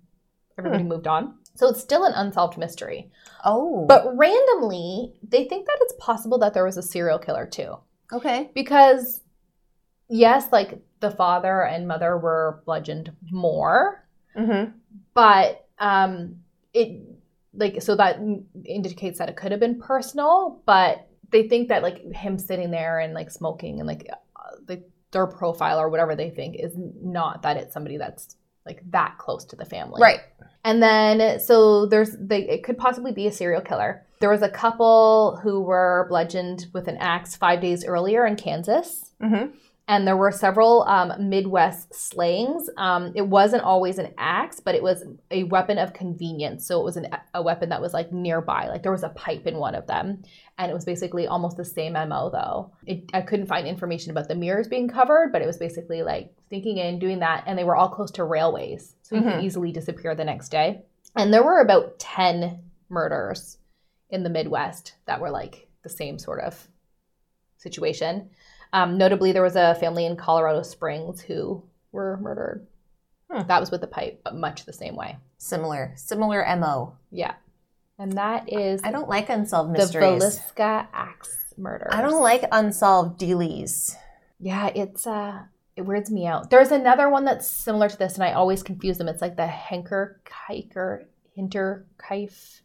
Speaker 2: everybody moved on. So it's still an unsolved mystery.
Speaker 3: Oh.
Speaker 2: But randomly, they think that it's possible that there was a serial killer too.
Speaker 3: okay.
Speaker 2: Because yes, like the father and mother were bludgeoned more,
Speaker 3: Mm-hmm.
Speaker 2: but um it like so that indicates that it could have been personal, but they think that like him sitting there and like smoking and like uh, the, their profile or whatever they think is not that it's somebody that's like that close to the family.
Speaker 3: right.
Speaker 2: And then so there's they it could possibly be a serial killer. There was a couple who were bludgeoned with an axe 5 days earlier in Kansas.
Speaker 3: Mm-hmm.
Speaker 2: And there were several um, Midwest slayings. Um, it wasn't always an axe, but it was a weapon of convenience. So it was an, a weapon that was like nearby. Like there was a pipe in one of them. And it was basically almost the same MO, though. It, I couldn't find information about the mirrors being covered, but it was basically like sneaking in, doing that. And they were all close to railways. So you could
Speaker 3: Mhm.
Speaker 2: easily disappear the next day. And there were about 10 murders in the Midwest that were like the same sort of situation. Um, notably, there was a family in Colorado Springs who were murdered.
Speaker 3: Hmm.
Speaker 2: That was with the pipe, but much the same way.
Speaker 3: Similar, similar mo.
Speaker 2: Yeah. And that is
Speaker 3: I don't like unsolved
Speaker 2: the
Speaker 3: mysteries.
Speaker 2: Velisca axe murder.
Speaker 3: I don't like unsolved dealies.
Speaker 2: Yeah, it's uh it weirds me out. There's another one that's similar to this, and I always confuse them. It's like the Henker Kiker Hinterkaif,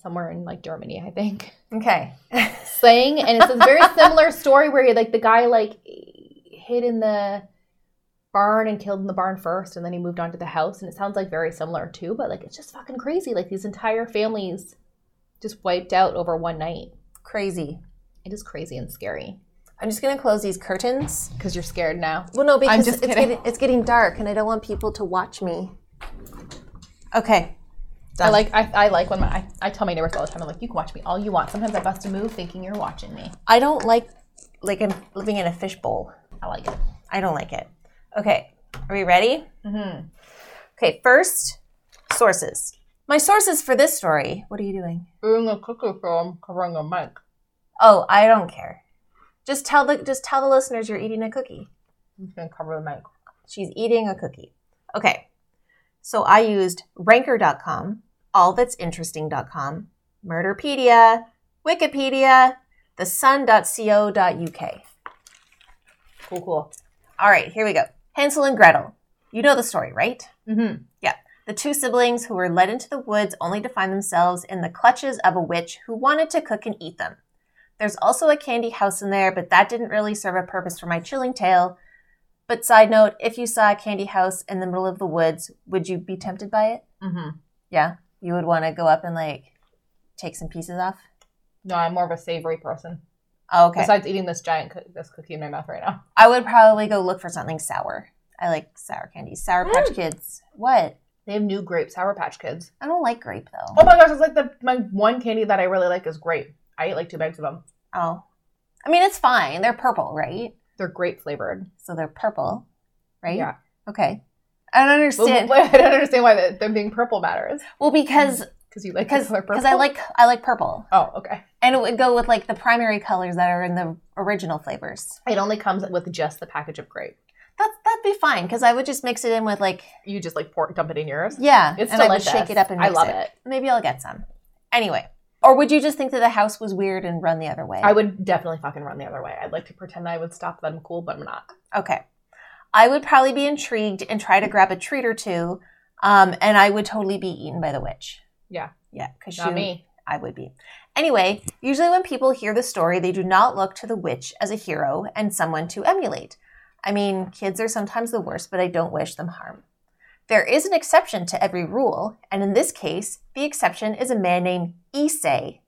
Speaker 2: somewhere in like Germany, I think.
Speaker 3: Okay.
Speaker 2: Slang, and it's a very similar story where like the guy like hid in the barn and killed in the barn first, and then he moved on to the house, and it sounds like very similar too. But like it's just fucking crazy. Like these entire families just wiped out over one night.
Speaker 3: Crazy.
Speaker 2: It is crazy and scary
Speaker 3: I'm just gonna close these curtains.
Speaker 2: because you're scared now.
Speaker 3: Well, no, because
Speaker 2: just
Speaker 3: it's
Speaker 2: kidding.
Speaker 3: getting it's getting dark, and I don't want people to watch me. Okay.
Speaker 2: I like I, I like when my I, I tell my neighbors all the time I'm like you can watch me all you want. Sometimes I bust a move thinking you're watching me.
Speaker 3: I don't like like I'm living in a fishbowl.
Speaker 2: I like it.
Speaker 3: I don't like it. Okay. Are we ready? Mm-hmm. Okay. First, sources. My sources for this story. What are you doing?
Speaker 2: Doing a cookie film covering a mic.
Speaker 3: Oh, I don't care. Just tell the just tell the listeners you're eating a cookie.
Speaker 2: I'm just gonna cover the mic.
Speaker 3: She's eating a cookie. Okay. So I used ranker.com, allthat'sinteresting.com, Murderpedia, Wikipedia, thesun.co.uk.
Speaker 2: Cool, cool.
Speaker 3: All right, here we go. Hansel and Gretel. You know the story, right?
Speaker 2: Mm-hmm.
Speaker 3: The two siblings who were led into the woods only to find themselves in the clutches of a witch who wanted to cook and eat them. There's also a candy house in there, but that didn't really serve a purpose for my chilling tale. But side note, if you saw a candy house in the middle of the woods, would you be tempted by it?
Speaker 2: Mm-hmm.
Speaker 3: Yeah, you would want to go up and like take some pieces off.
Speaker 2: No, I'm more of a savory person.
Speaker 3: Oh, okay.
Speaker 2: Besides eating this giant coo- this cookie in my mouth right now.
Speaker 3: I would probably go look for something sour. I like sour candies, sour patch kids. What?
Speaker 2: They have new grape sour patch kids.
Speaker 3: I don't like grape though.
Speaker 2: Oh my gosh, it's like the my one candy that I really like is grape. I eat like two bags of them.
Speaker 3: Oh, I mean it's fine. They're purple, right?
Speaker 2: They're grape flavored.
Speaker 3: So they're purple, right?
Speaker 2: Yeah.
Speaker 3: Okay. I don't
Speaker 2: Well,
Speaker 3: understand. Well,
Speaker 2: I don't understand why that- them being purple matters.
Speaker 3: because
Speaker 2: Because you like the
Speaker 3: because
Speaker 2: color purple.
Speaker 3: because I like I like purple,
Speaker 2: Oh, okay.
Speaker 3: and it would go with like the primary colors that are in the original flavors.
Speaker 2: It only comes with just the package of grape.
Speaker 3: That that'd be fine because I would just mix it in with like
Speaker 2: You just like pour dump it in yours.
Speaker 3: yeah,
Speaker 2: It's
Speaker 3: and I would
Speaker 2: delicious.
Speaker 3: shake it up and
Speaker 2: I
Speaker 3: mix
Speaker 2: love it.
Speaker 3: Maybe I'll get some. Anyway, or would you just think that the house was weird and run the other way?
Speaker 2: I would definitely fucking run the other way. I'd like to pretend I would stop that I'm cool, but I'm not.
Speaker 3: Okay. I would probably be intrigued and try to grab a treat or two, um, and I would totally be eaten by the witch.
Speaker 2: Yeah.
Speaker 3: Yeah, because
Speaker 2: Not
Speaker 3: she
Speaker 2: me.
Speaker 3: I would be. Anyway, usually when people hear the story, they do not look to the witch as a hero and someone to emulate. I mean, kids are sometimes the worst, but I don't wish them harm. There is an exception to every rule, and in this case, the exception is a man named Issei.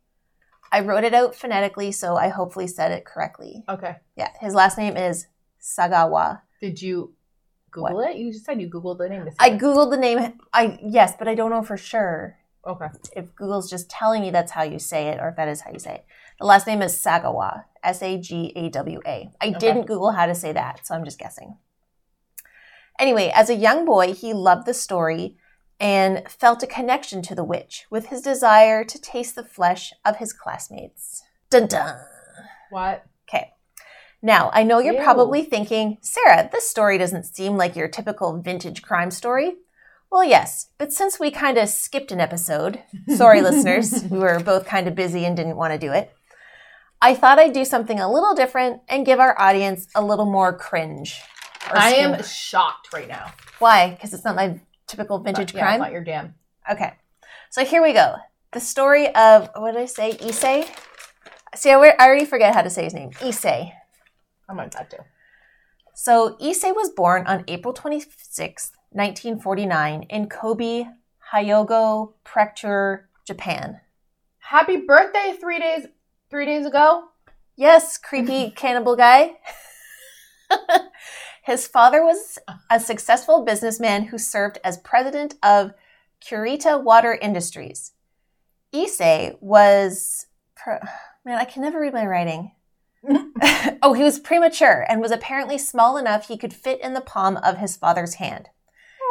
Speaker 3: I wrote it out phonetically, so I hopefully said it correctly.
Speaker 2: Okay.
Speaker 3: Yeah, his last name is Sagawa.
Speaker 2: Did you Google it? You just said you Googled the name. This
Speaker 3: I googled the name. I yes, but I don't know for sure.
Speaker 2: Okay.
Speaker 3: if Google's just telling me that's how you say it or if that is how you say it. The last name is Sagawa, S A G A W A. I
Speaker 2: Okay.
Speaker 3: didn't Google how to say that, so I'm just guessing. Anyway, as a young boy, he loved the story and felt a connection to the witch with his desire to taste the flesh of his classmates. Dun dun.
Speaker 2: What?
Speaker 3: Okay. Now, I know you're
Speaker 2: Ew.
Speaker 3: probably thinking, Sarah, this story doesn't seem like your typical vintage crime story. Well, yes, but since we kind of skipped an episode, sorry, listeners, we were both kind of busy and didn't want to do it, I thought I'd do something a little different and give our audience a little more cringe. or
Speaker 2: I am
Speaker 3: skin-
Speaker 2: shocked right now.
Speaker 3: Why? Because it's not my typical vintage
Speaker 2: Yeah,
Speaker 3: crime?
Speaker 2: Not your jam.
Speaker 3: Okay. So here we go. The story of what did I say? Issei? See, I I already forget how to say his name. Issei.
Speaker 2: I'm on that too.
Speaker 3: So Issei was born on April 26, 1949, in Kobe, Hyogo Prefecture, Japan.
Speaker 2: Happy birthday three days three days ago.
Speaker 3: Yes, creepy cannibal guy. His father was a successful businessman who served as president of Kurita Water Industries. Issei was. Pre- Man, I can never read my writing. oh, he was premature and was apparently small enough he could fit in the palm of his father's hand.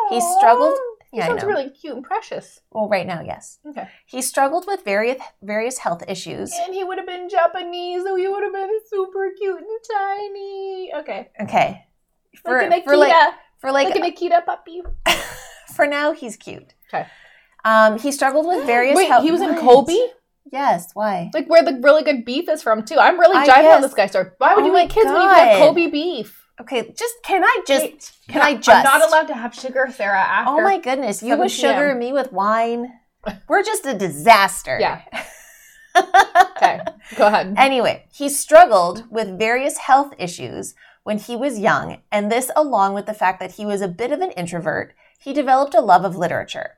Speaker 3: He
Speaker 2: Aw.
Speaker 3: struggled.
Speaker 2: He sounds really cute and precious.
Speaker 3: Well, right now, yes.
Speaker 2: Okay.
Speaker 3: He struggled with various various health issues.
Speaker 2: And he would have been Japanese, so he would have been super cute and tiny. Okay.
Speaker 3: Okay. For,
Speaker 2: like an Akita.
Speaker 3: for like for like,
Speaker 2: like, an Akita puppy.
Speaker 3: for now he's cute.
Speaker 2: Okay.
Speaker 3: Um, he struggled with various
Speaker 2: Wait,
Speaker 3: health
Speaker 2: he was in
Speaker 3: What?
Speaker 2: Kobe?
Speaker 3: Yes, why?
Speaker 2: Like where the really good beef is from too. I'm really
Speaker 3: I
Speaker 2: jiving
Speaker 3: guess.
Speaker 2: on this guy story. Why would
Speaker 3: Oh
Speaker 2: you
Speaker 3: my
Speaker 2: make kids when you can have
Speaker 3: God.
Speaker 2: Kobe beef?
Speaker 3: Okay, just can I just
Speaker 2: Wait,
Speaker 3: can I
Speaker 2: I'm
Speaker 3: just
Speaker 2: not allowed to have sugar, Sarah. After
Speaker 3: Oh my goodness, you
Speaker 2: 7 p.m.
Speaker 3: with sugar, me with wine. We're just a disaster.
Speaker 2: Yeah. okay, go ahead.
Speaker 3: Anyway, he struggled with various health issues when he was young, and this, along with the fact that he was a bit of an introvert, he developed a love of literature.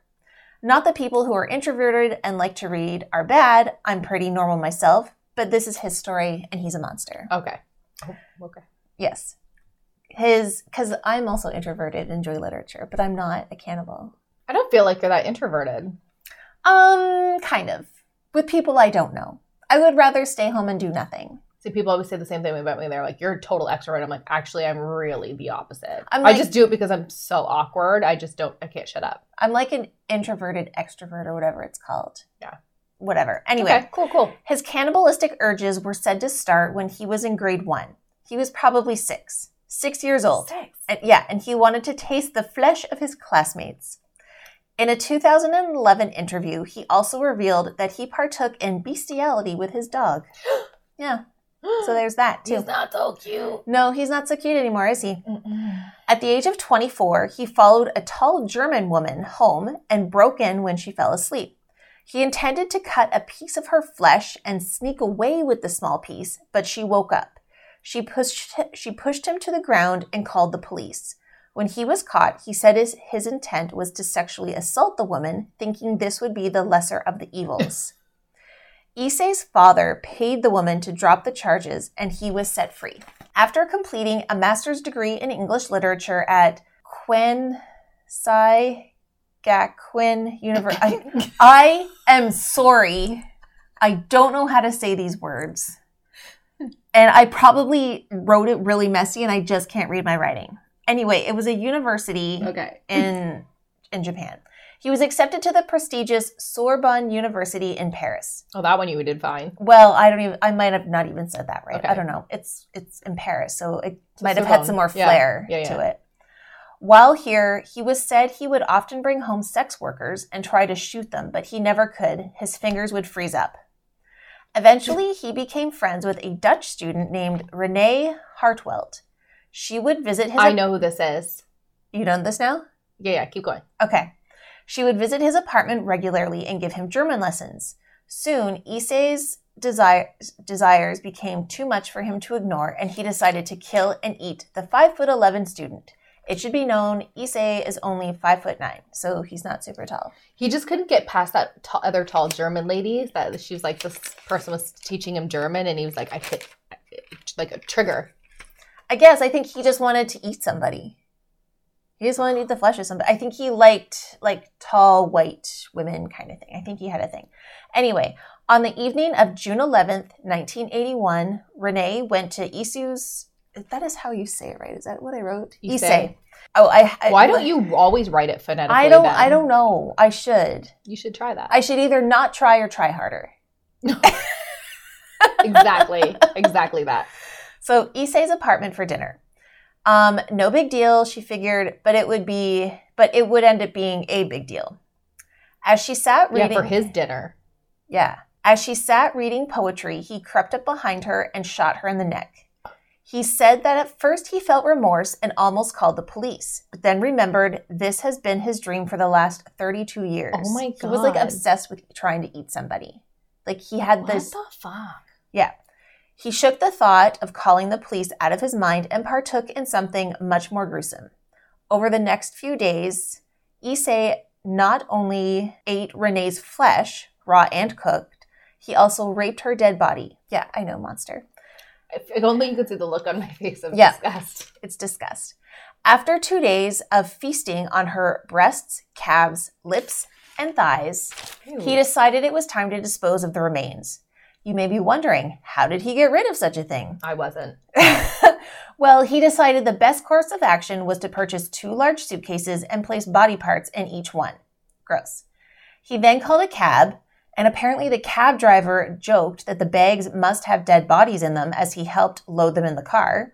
Speaker 3: Not that people who are introverted and like to read are bad, I'm pretty normal myself, but this is his story, and he's a monster.
Speaker 2: Okay. Oh, okay.
Speaker 3: Yes. His, because I'm also introverted, enjoy literature, but I'm not a cannibal.
Speaker 2: I don't feel like you're that introverted.
Speaker 3: Um, kind of. With people I don't know. I would rather stay home and do nothing.
Speaker 2: See, people always say the same thing about me. They're like, "You're a total extrovert." I'm like, actually, I'm really the opposite.
Speaker 3: I'm
Speaker 2: I
Speaker 3: like-
Speaker 2: just do it because I'm so awkward. I just don't. I can't shut up.
Speaker 3: I'm like an introverted extrovert or whatever it's called.
Speaker 2: Yeah.
Speaker 3: Whatever. Anyway,
Speaker 2: okay, cool, cool.
Speaker 3: his cannibalistic urges were said to start when he was in grade one. He was probably six, six years old.
Speaker 2: Sex.
Speaker 3: And, yeah, and he wanted to taste the flesh of his classmates. In a 2011 interview, he also revealed that he partook in bestiality with his dog. yeah, so there's that too.
Speaker 2: He's not so cute.
Speaker 3: No, he's not so cute anymore, is he?
Speaker 2: Mm-mm.
Speaker 3: At the age of 24, he followed a tall German woman home and broke in when she fell asleep. He intended to cut a piece of her flesh and sneak away with the small piece, but she woke up. She pushed, she pushed him to the ground and called the police. When he was caught, he said his, his intent was to sexually assault the woman, thinking this would be the lesser of the evils. Issei's father paid the woman to drop the charges, and he was set free. After completing a master's degree in English literature at Quinn Sai Gakwin University. I, I am sorry. I don't know how to say these words. And I probably wrote it really messy and I just can't read my writing. Anyway, it was a university
Speaker 2: Okay.
Speaker 3: in in Japan. He was accepted to the prestigious Sorbonne University in Paris.
Speaker 2: Oh, that one you did fine.
Speaker 3: Well, I don't even. I might have not even said that right.
Speaker 2: Okay.
Speaker 3: I don't know. It's it's in Paris, so it
Speaker 2: It's
Speaker 3: might
Speaker 2: the
Speaker 3: have had
Speaker 2: Sorbonne.
Speaker 3: some more
Speaker 2: Yeah.
Speaker 3: flair
Speaker 2: Yeah,
Speaker 3: to it. While here, he was said he would often bring home sex workers and try to shoot them, but he never could. His fingers would freeze up. Eventually, he became friends with a Dutch student named Renee Hartwelt. She would visit his.
Speaker 2: I know who this is.
Speaker 3: You know this now.
Speaker 2: Yeah, yeah. Keep going.
Speaker 3: Okay. She would visit his apartment regularly and give him German lessons. Soon, Issei's desire, desires became too much for him to ignore, and he decided to kill and eat the 5 foot 11 student. It should be known Issei is only 5 foot 9, so he's not super tall.
Speaker 2: He just couldn't get past that ta- other tall German lady. That she was like this person was teaching him German, and he was like, I could, like a trigger.
Speaker 3: I guess I think he just wanted to eat somebody. He just wanted to eat the flesh of somebody. I think he liked like tall white women kind of thing. I think he had a thing. Anyway, on the evening of June 11th, 1981, Renee went to Isu's. That is how you say it, right? Is that what I wrote?
Speaker 2: Issei.
Speaker 3: Oh, I. I
Speaker 2: Why don't you always write it phonetically?
Speaker 3: I don't.
Speaker 2: then?
Speaker 3: I don't know. I should.
Speaker 2: You should try that.
Speaker 3: I should either not try or try harder.
Speaker 2: exactly, exactly that.
Speaker 3: So Issei's apartment for dinner. Um, no big deal, she figured, but it would be, but it would end up being a big deal. As she sat reading,
Speaker 2: Yeah, for his dinner.
Speaker 3: yeah, as she sat reading poetry, he crept up behind her and shot her in the neck. He said that at first he felt remorse and almost called the police, but then remembered this has been his dream for the last 32 years.
Speaker 2: Oh my
Speaker 3: He was like
Speaker 2: God.
Speaker 3: obsessed with trying to eat somebody. Like he had
Speaker 2: What
Speaker 3: this
Speaker 2: the fuck?
Speaker 3: Yeah. He shook the thought of calling the police out of his mind and partook in something much more gruesome. Over the next few days, Issei not only ate Renee's flesh, raw and cooked, he also raped her dead body. Yeah, I know, monster.
Speaker 2: If- I don't think you could see the look on my face of
Speaker 3: Yeah.
Speaker 2: disgust.
Speaker 3: It's disgust. After two days of feasting on her breasts, calves, lips, and thighs, He decided it was time to dispose of the remains. You may be wondering, how did he get rid of such a thing?
Speaker 2: I wasn't.
Speaker 3: well, he decided the best course of action was to purchase two large suitcases and place body parts in each one. Gross. He then called a cab, and apparently the cab driver joked that the bags must have dead bodies in them as he helped load them in the car.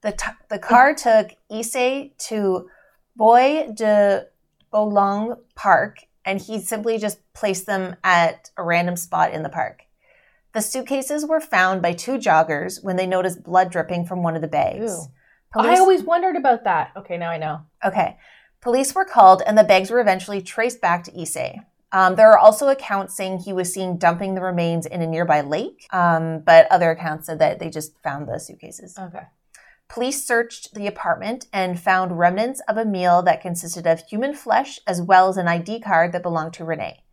Speaker 3: The, t- the car took Issei to Bois de Boulogne Park, and he simply just placed them at a random spot in the park. The suitcases were found by two joggers when they noticed blood dripping from one of the bags.
Speaker 2: Ew. I
Speaker 3: Police-
Speaker 2: always wondered about that. Okay, now I know.
Speaker 3: Okay. Police were called, and the bags were eventually traced back to Issei. Um, there are also accounts saying he was seen dumping the remains in a nearby lake, um, but other accounts said that they just found the suitcases.
Speaker 2: Okay.
Speaker 3: Police searched the apartment and found remnants of a meal that consisted of human flesh as well as an ID card that belonged to Renee.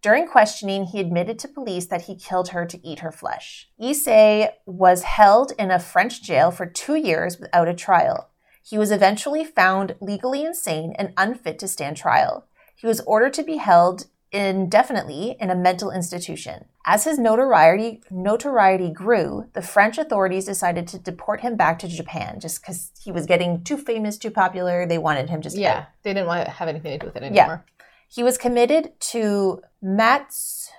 Speaker 3: During questioning, he admitted to police that he killed her to eat her flesh. Issei was held in a French jail for two years without a trial. He was eventually found legally insane and unfit to stand trial. He was ordered to be held indefinitely in a mental institution. As his notoriety notoriety grew, the French authorities decided to deport him back to Japan just because he was getting too famous, too popular. They wanted him just out.
Speaker 2: Yeah, they didn't want to have anything to do with it
Speaker 3: Yeah.
Speaker 2: anymore.
Speaker 3: He was committed to Mats-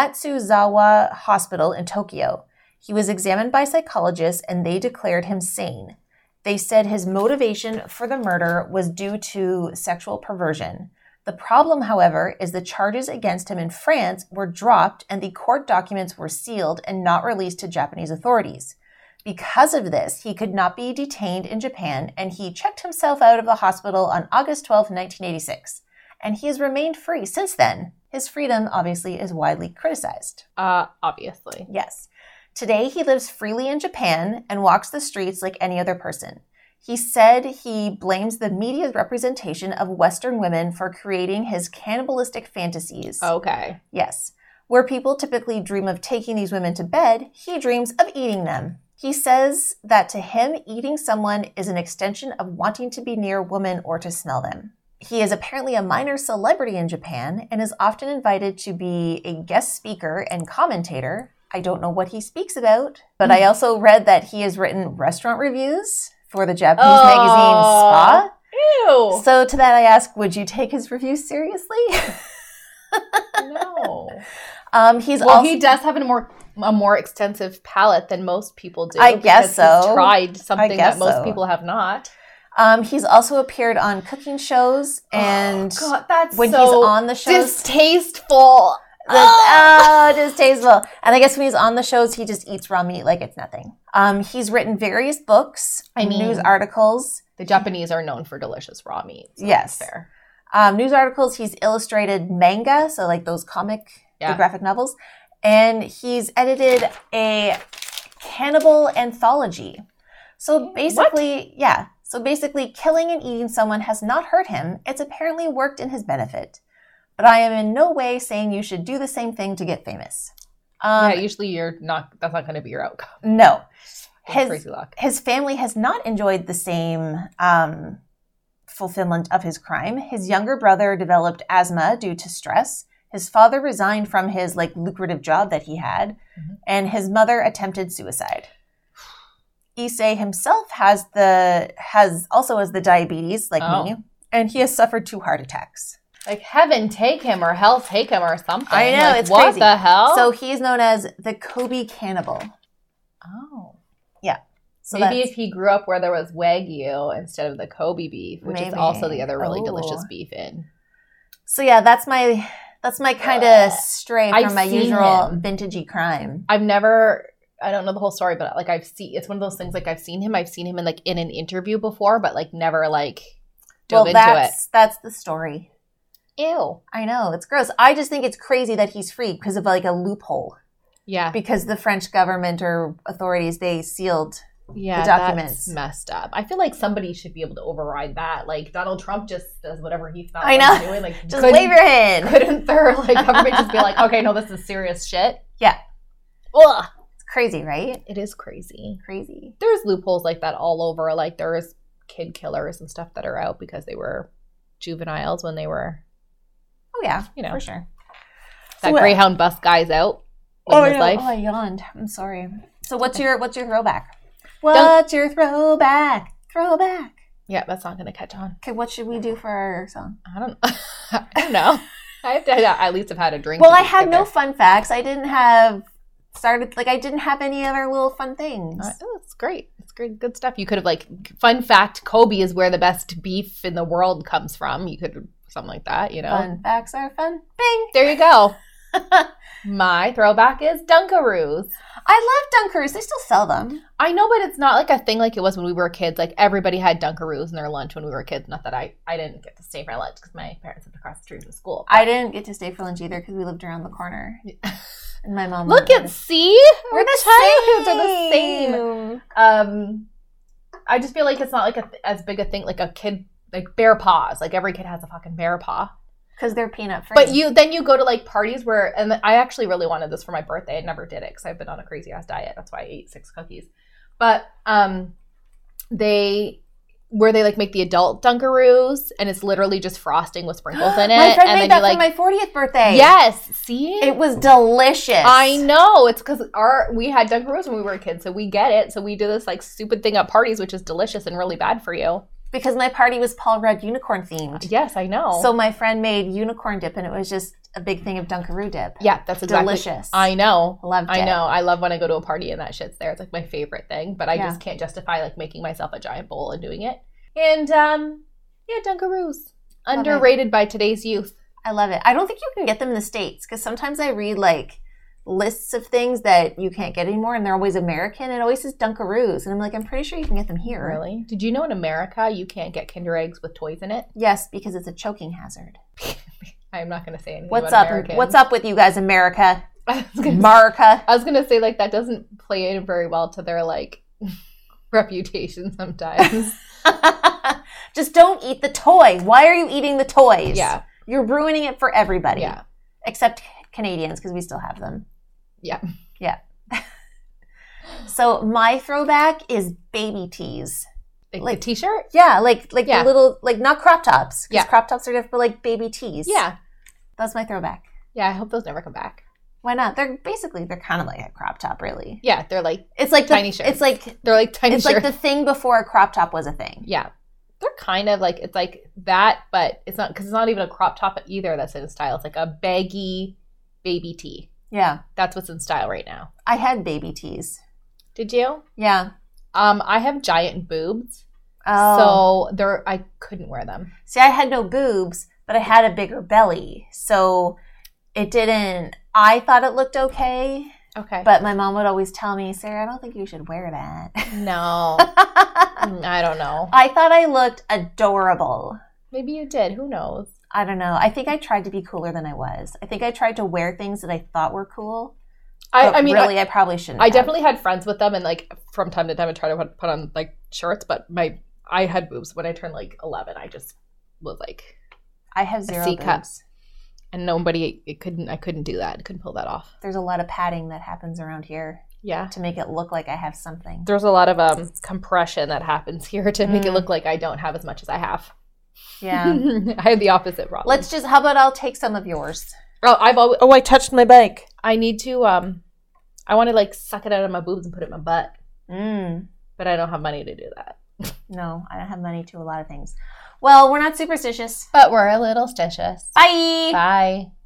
Speaker 3: Matsuzawa Hospital in Tokyo. He was examined by psychologists and they declared him sane. They said his motivation for the murder was due to sexual perversion. The problem, however, is the charges against him in France were dropped and the court documents were sealed and not released to Japanese authorities. Because of this, he could not be detained in Japan and he checked himself out of the hospital on August 12, 1986 and he has remained free since then. His freedom, obviously, is widely criticized.
Speaker 2: Uh, obviously.
Speaker 3: Yes. Today, he lives freely in Japan and walks the streets like any other person. He said he blames the media's representation of Western women for creating his cannibalistic fantasies.
Speaker 2: Oh, Okay.
Speaker 3: Yes. Where people typically dream of taking these women to bed, he dreams of eating them. He says that to him, eating someone is an extension of wanting to be near women or to smell them. He is apparently a minor celebrity in Japan and is often invited to be a guest speaker and commentator. I don't know what he speaks about, but
Speaker 2: Hmm.
Speaker 3: I also read that he has written restaurant reviews for the Japanese
Speaker 2: Oh.
Speaker 3: magazine Spa.
Speaker 2: Ew.
Speaker 3: So to that I ask, would you take his reviews seriously?
Speaker 2: no.
Speaker 3: um, he's
Speaker 2: well,
Speaker 3: also-
Speaker 2: he does have a more a more extensive palate than most people do.
Speaker 3: I guess
Speaker 2: because he's
Speaker 3: so.
Speaker 2: tried something
Speaker 3: guess
Speaker 2: that most
Speaker 3: so.
Speaker 2: people have not.
Speaker 3: Um, he's also appeared on cooking shows and
Speaker 2: Oh, God, that's
Speaker 3: when
Speaker 2: so
Speaker 3: he's on the shows.
Speaker 2: distasteful.
Speaker 3: the- oh, distasteful. And I guess when he's on the shows, he just eats raw meat like it's nothing. Um, he's written various books,
Speaker 2: I mean-
Speaker 3: news articles.
Speaker 2: The Japanese are known for delicious raw meat. so
Speaker 3: Yes.
Speaker 2: that's fair.
Speaker 3: Um, news articles, he's illustrated manga, so like those comic, the
Speaker 2: Yeah.
Speaker 3: graphic novels. And he's edited a cannibal anthology. So basically, yeah. So basically, killing and eating someone has not hurt him. It's apparently worked in his benefit. But I am in no way saying you should do the same thing to get famous. Um,
Speaker 2: yeah, usually you're not. That's not going to be your outcome.
Speaker 3: no.
Speaker 2: It's
Speaker 3: His-
Speaker 2: crazy luck.
Speaker 3: His family has not enjoyed the same um, fulfillment of his crime. His younger brother developed asthma due to stress. His father resigned from his like lucrative job that he had,
Speaker 2: Mhm.
Speaker 3: and his mother attempted suicide. Issei himself has the has also has the diabetes like
Speaker 2: Oh.
Speaker 3: me, and he has suffered two heart attacks.
Speaker 2: Like heaven take him or hell take him or something.
Speaker 3: I know,
Speaker 2: Like,
Speaker 3: it's
Speaker 2: what
Speaker 3: crazy.
Speaker 2: the hell.
Speaker 3: So he is known as the Kobe cannibal.
Speaker 2: oh,
Speaker 3: So
Speaker 2: maybe
Speaker 3: that's-
Speaker 2: if he grew up where there was wagyu instead of the Kobe beef, which is
Speaker 3: Maybe.
Speaker 2: also the other really
Speaker 3: Oh.
Speaker 2: delicious beef in.
Speaker 3: so yeah, that's my that's my kind of stray from
Speaker 2: I've
Speaker 3: my
Speaker 2: seen
Speaker 3: usual
Speaker 2: him.
Speaker 3: vintagey crime.
Speaker 2: I've never. I don't know the whole story, but like I've seen. It's one of those things. Like I've seen him. I've seen him in like in an interview before, but like never like dove into it.
Speaker 3: that's that's the story.
Speaker 2: Ew.
Speaker 3: I know it's gross. I just think it's crazy that he's free because of like a loophole.
Speaker 2: Yeah.
Speaker 3: because the French government or authorities they sealed.
Speaker 2: Yeah.
Speaker 3: the documents.
Speaker 2: That's messed up. I feel like somebody should be able to override that. Like Donald Trump just does whatever he thought
Speaker 3: I
Speaker 2: he
Speaker 3: know.
Speaker 2: was doing. Like
Speaker 3: Just
Speaker 2: couldn't-
Speaker 3: wave your hand.
Speaker 2: Couldn't their like government just be like, okay, no, this is serious shit.
Speaker 3: Yeah.
Speaker 2: Ugh.
Speaker 3: It's crazy, right?
Speaker 2: It is crazy.
Speaker 3: Crazy.
Speaker 2: There's loopholes like that all over. Like there's kid killers and stuff that are out because they were juveniles when they were
Speaker 3: Oh yeah,
Speaker 2: You know.
Speaker 3: for sure.
Speaker 2: that
Speaker 3: So, uh,
Speaker 2: Greyhound bus guy's out in his
Speaker 3: no.
Speaker 2: life.
Speaker 3: oh, I yawned. I'm sorry. So what's your what's your throwback? What's your throwback? Throwback.
Speaker 2: yeah, that's not gonna catch on.
Speaker 3: Okay, what should we do for our song?
Speaker 2: I don't. I don't know. I have to at least have had a drink.
Speaker 3: Well,
Speaker 2: to
Speaker 3: I
Speaker 2: get
Speaker 3: had no
Speaker 2: there.
Speaker 3: fun facts. I didn't have started like I didn't have any of our little fun things.
Speaker 2: Uh, oh, it's great. It's good. Good stuff. You could have like fun fact: Kobe is where the best beef in the world comes from. You could something like that. You know.
Speaker 3: Fun facts are fun. Bing.
Speaker 2: There you go. My throwback is Dunkaroos.
Speaker 3: I love Dunkaroos. They still sell them.
Speaker 2: I know, but it's not like a thing like it was when we were kids. Like everybody had Dunkaroos in their lunch when we were kids. Not that I, I didn't get to stay for lunch because my parents lived across the street from school.
Speaker 3: I didn't get to stay for lunch either because we lived around the corner, and my mom.
Speaker 2: Look
Speaker 3: lived
Speaker 2: at
Speaker 3: there.
Speaker 2: see,
Speaker 3: we're
Speaker 2: Our
Speaker 3: the
Speaker 2: childhoods are
Speaker 3: same.
Speaker 2: the same. um i just feel like it's not like a, as big a thing like a kid like bear paws like every kid has a fucking bear paw
Speaker 3: because they're peanut free.
Speaker 2: but you then you go to like parties where and i actually really wanted this for my birthday i never did it because i've been on a crazy ass diet that's why i ate six cookies but um they where they like make the adult dunkaroos and it's literally just frosting with sprinkles in it
Speaker 3: my friend
Speaker 2: and
Speaker 3: made
Speaker 2: then
Speaker 3: that
Speaker 2: you like
Speaker 3: for my 40th birthday.
Speaker 2: yes see
Speaker 3: It was delicious.
Speaker 2: I know it's because our we had Dunkaroos when we were kids, so we get it. So we do this like stupid thing at parties, which is delicious and really bad for you.
Speaker 3: Because my party was Paul Rudd unicorn themed.
Speaker 2: Yes, I know.
Speaker 3: So my friend made unicorn dip and it was just a big thing of Dunkaroo dip.
Speaker 2: yeah, that's exactly
Speaker 3: Delicious.
Speaker 2: I know.
Speaker 3: Loved it.
Speaker 2: I know. I love when I go to a party and that shit's there. It's like my favorite thing, but I
Speaker 3: Yeah.
Speaker 2: just can't justify like making myself a giant bowl and doing it. And um, yeah, Dunkaroos
Speaker 3: Love it.
Speaker 2: underrated by today's youth.
Speaker 3: I love it. I don't think you can get them in the States because sometimes I read like lists of things that you can't get anymore and they're always American. It always says Dunkaroos. And I'm like, I'm pretty sure you can get them here.
Speaker 2: Really? Did you know in America you can't get Kinder eggs with toys in it?
Speaker 3: Yes, because it's a choking hazard.
Speaker 2: I'm not going to say anything.
Speaker 3: What's
Speaker 2: about
Speaker 3: up?
Speaker 2: Americans.
Speaker 3: What's up with you guys, America?
Speaker 2: I was gonna
Speaker 3: America.
Speaker 2: I was gonna say like that doesn't play in very well to their like reputation sometimes.
Speaker 3: Just don't eat the toy. Why are you eating the toys?
Speaker 2: yeah,
Speaker 3: You're ruining it for everybody.
Speaker 2: yeah,
Speaker 3: Except Canadians, because we still have them.
Speaker 2: Yeah.
Speaker 3: Yeah. so my throwback is baby tees.
Speaker 2: like,
Speaker 3: Like-
Speaker 2: the t-shirt.
Speaker 3: Yeah, like like
Speaker 2: Yeah.
Speaker 3: the little like not crop tops. 'cause
Speaker 2: Yeah.
Speaker 3: crop tops are different, but like baby tees.
Speaker 2: Yeah,
Speaker 3: That's my throwback.
Speaker 2: yeah. I hope those never come back.
Speaker 3: Why not? They're basically they're kind of like a crop top, really.
Speaker 2: Yeah, they're like
Speaker 3: It's like the,
Speaker 2: Tiny shirts.
Speaker 3: It's like
Speaker 2: they're like tiny
Speaker 3: it's
Speaker 2: shirts.
Speaker 3: like the thing before a crop top was a thing.
Speaker 2: yeah, they're kind of like it's like that, but it's not because it's not even a crop top either. That's in style. It's like a baggy baby tee.
Speaker 3: Yeah.
Speaker 2: That's what's in style right now.
Speaker 3: I had baby tees.
Speaker 2: Did you?
Speaker 3: Yeah.
Speaker 2: Um, I have giant boobs,
Speaker 3: Oh.
Speaker 2: so they're I couldn't wear them.
Speaker 3: see, I had no boobs, but I had a bigger belly, so it didn't. I thought it looked okay,
Speaker 2: Okay,
Speaker 3: but my mom would always tell me, "Sarah, I don't think you should wear that."
Speaker 2: no, Mm, I don't know.
Speaker 3: I thought I looked adorable.
Speaker 2: Maybe you did. Who knows?
Speaker 3: I don't know. I think I tried to be cooler than I was. I think I tried to wear things that I thought were cool.
Speaker 2: I,
Speaker 3: but
Speaker 2: I mean,
Speaker 3: Oh, really, I, probably shouldn't.
Speaker 2: I, I
Speaker 3: have.
Speaker 2: definitely had friends with them, and like from time to time, I tried to put- put on like shirts, but my I had boobs when I turned like eleven. I just was like,
Speaker 3: I have zero
Speaker 2: C
Speaker 3: boobs.
Speaker 2: cup. and nobody, it couldn't, I couldn't do that. I couldn't pull that off.
Speaker 3: There's a lot of padding that happens around here
Speaker 2: Yeah,
Speaker 3: to make it look like I have something.
Speaker 2: there's a lot of um compression that happens here to make it
Speaker 3: Mm.
Speaker 2: look like I don't have as much as I have.
Speaker 3: Yeah.
Speaker 2: I had the opposite problem.
Speaker 3: Let's just. How about I'll take some of yours?
Speaker 2: Oh, I've always.
Speaker 3: Oh, I touched my bike.
Speaker 2: I need to. Um, I want to like suck it out of my boobs and put it in my butt,
Speaker 3: Mm,
Speaker 2: but I don't have money to do that.
Speaker 3: no, I don't have money to a lot of things. Well, we're not superstitious.
Speaker 2: But we're a little stitious.
Speaker 3: Bye.
Speaker 2: Bye.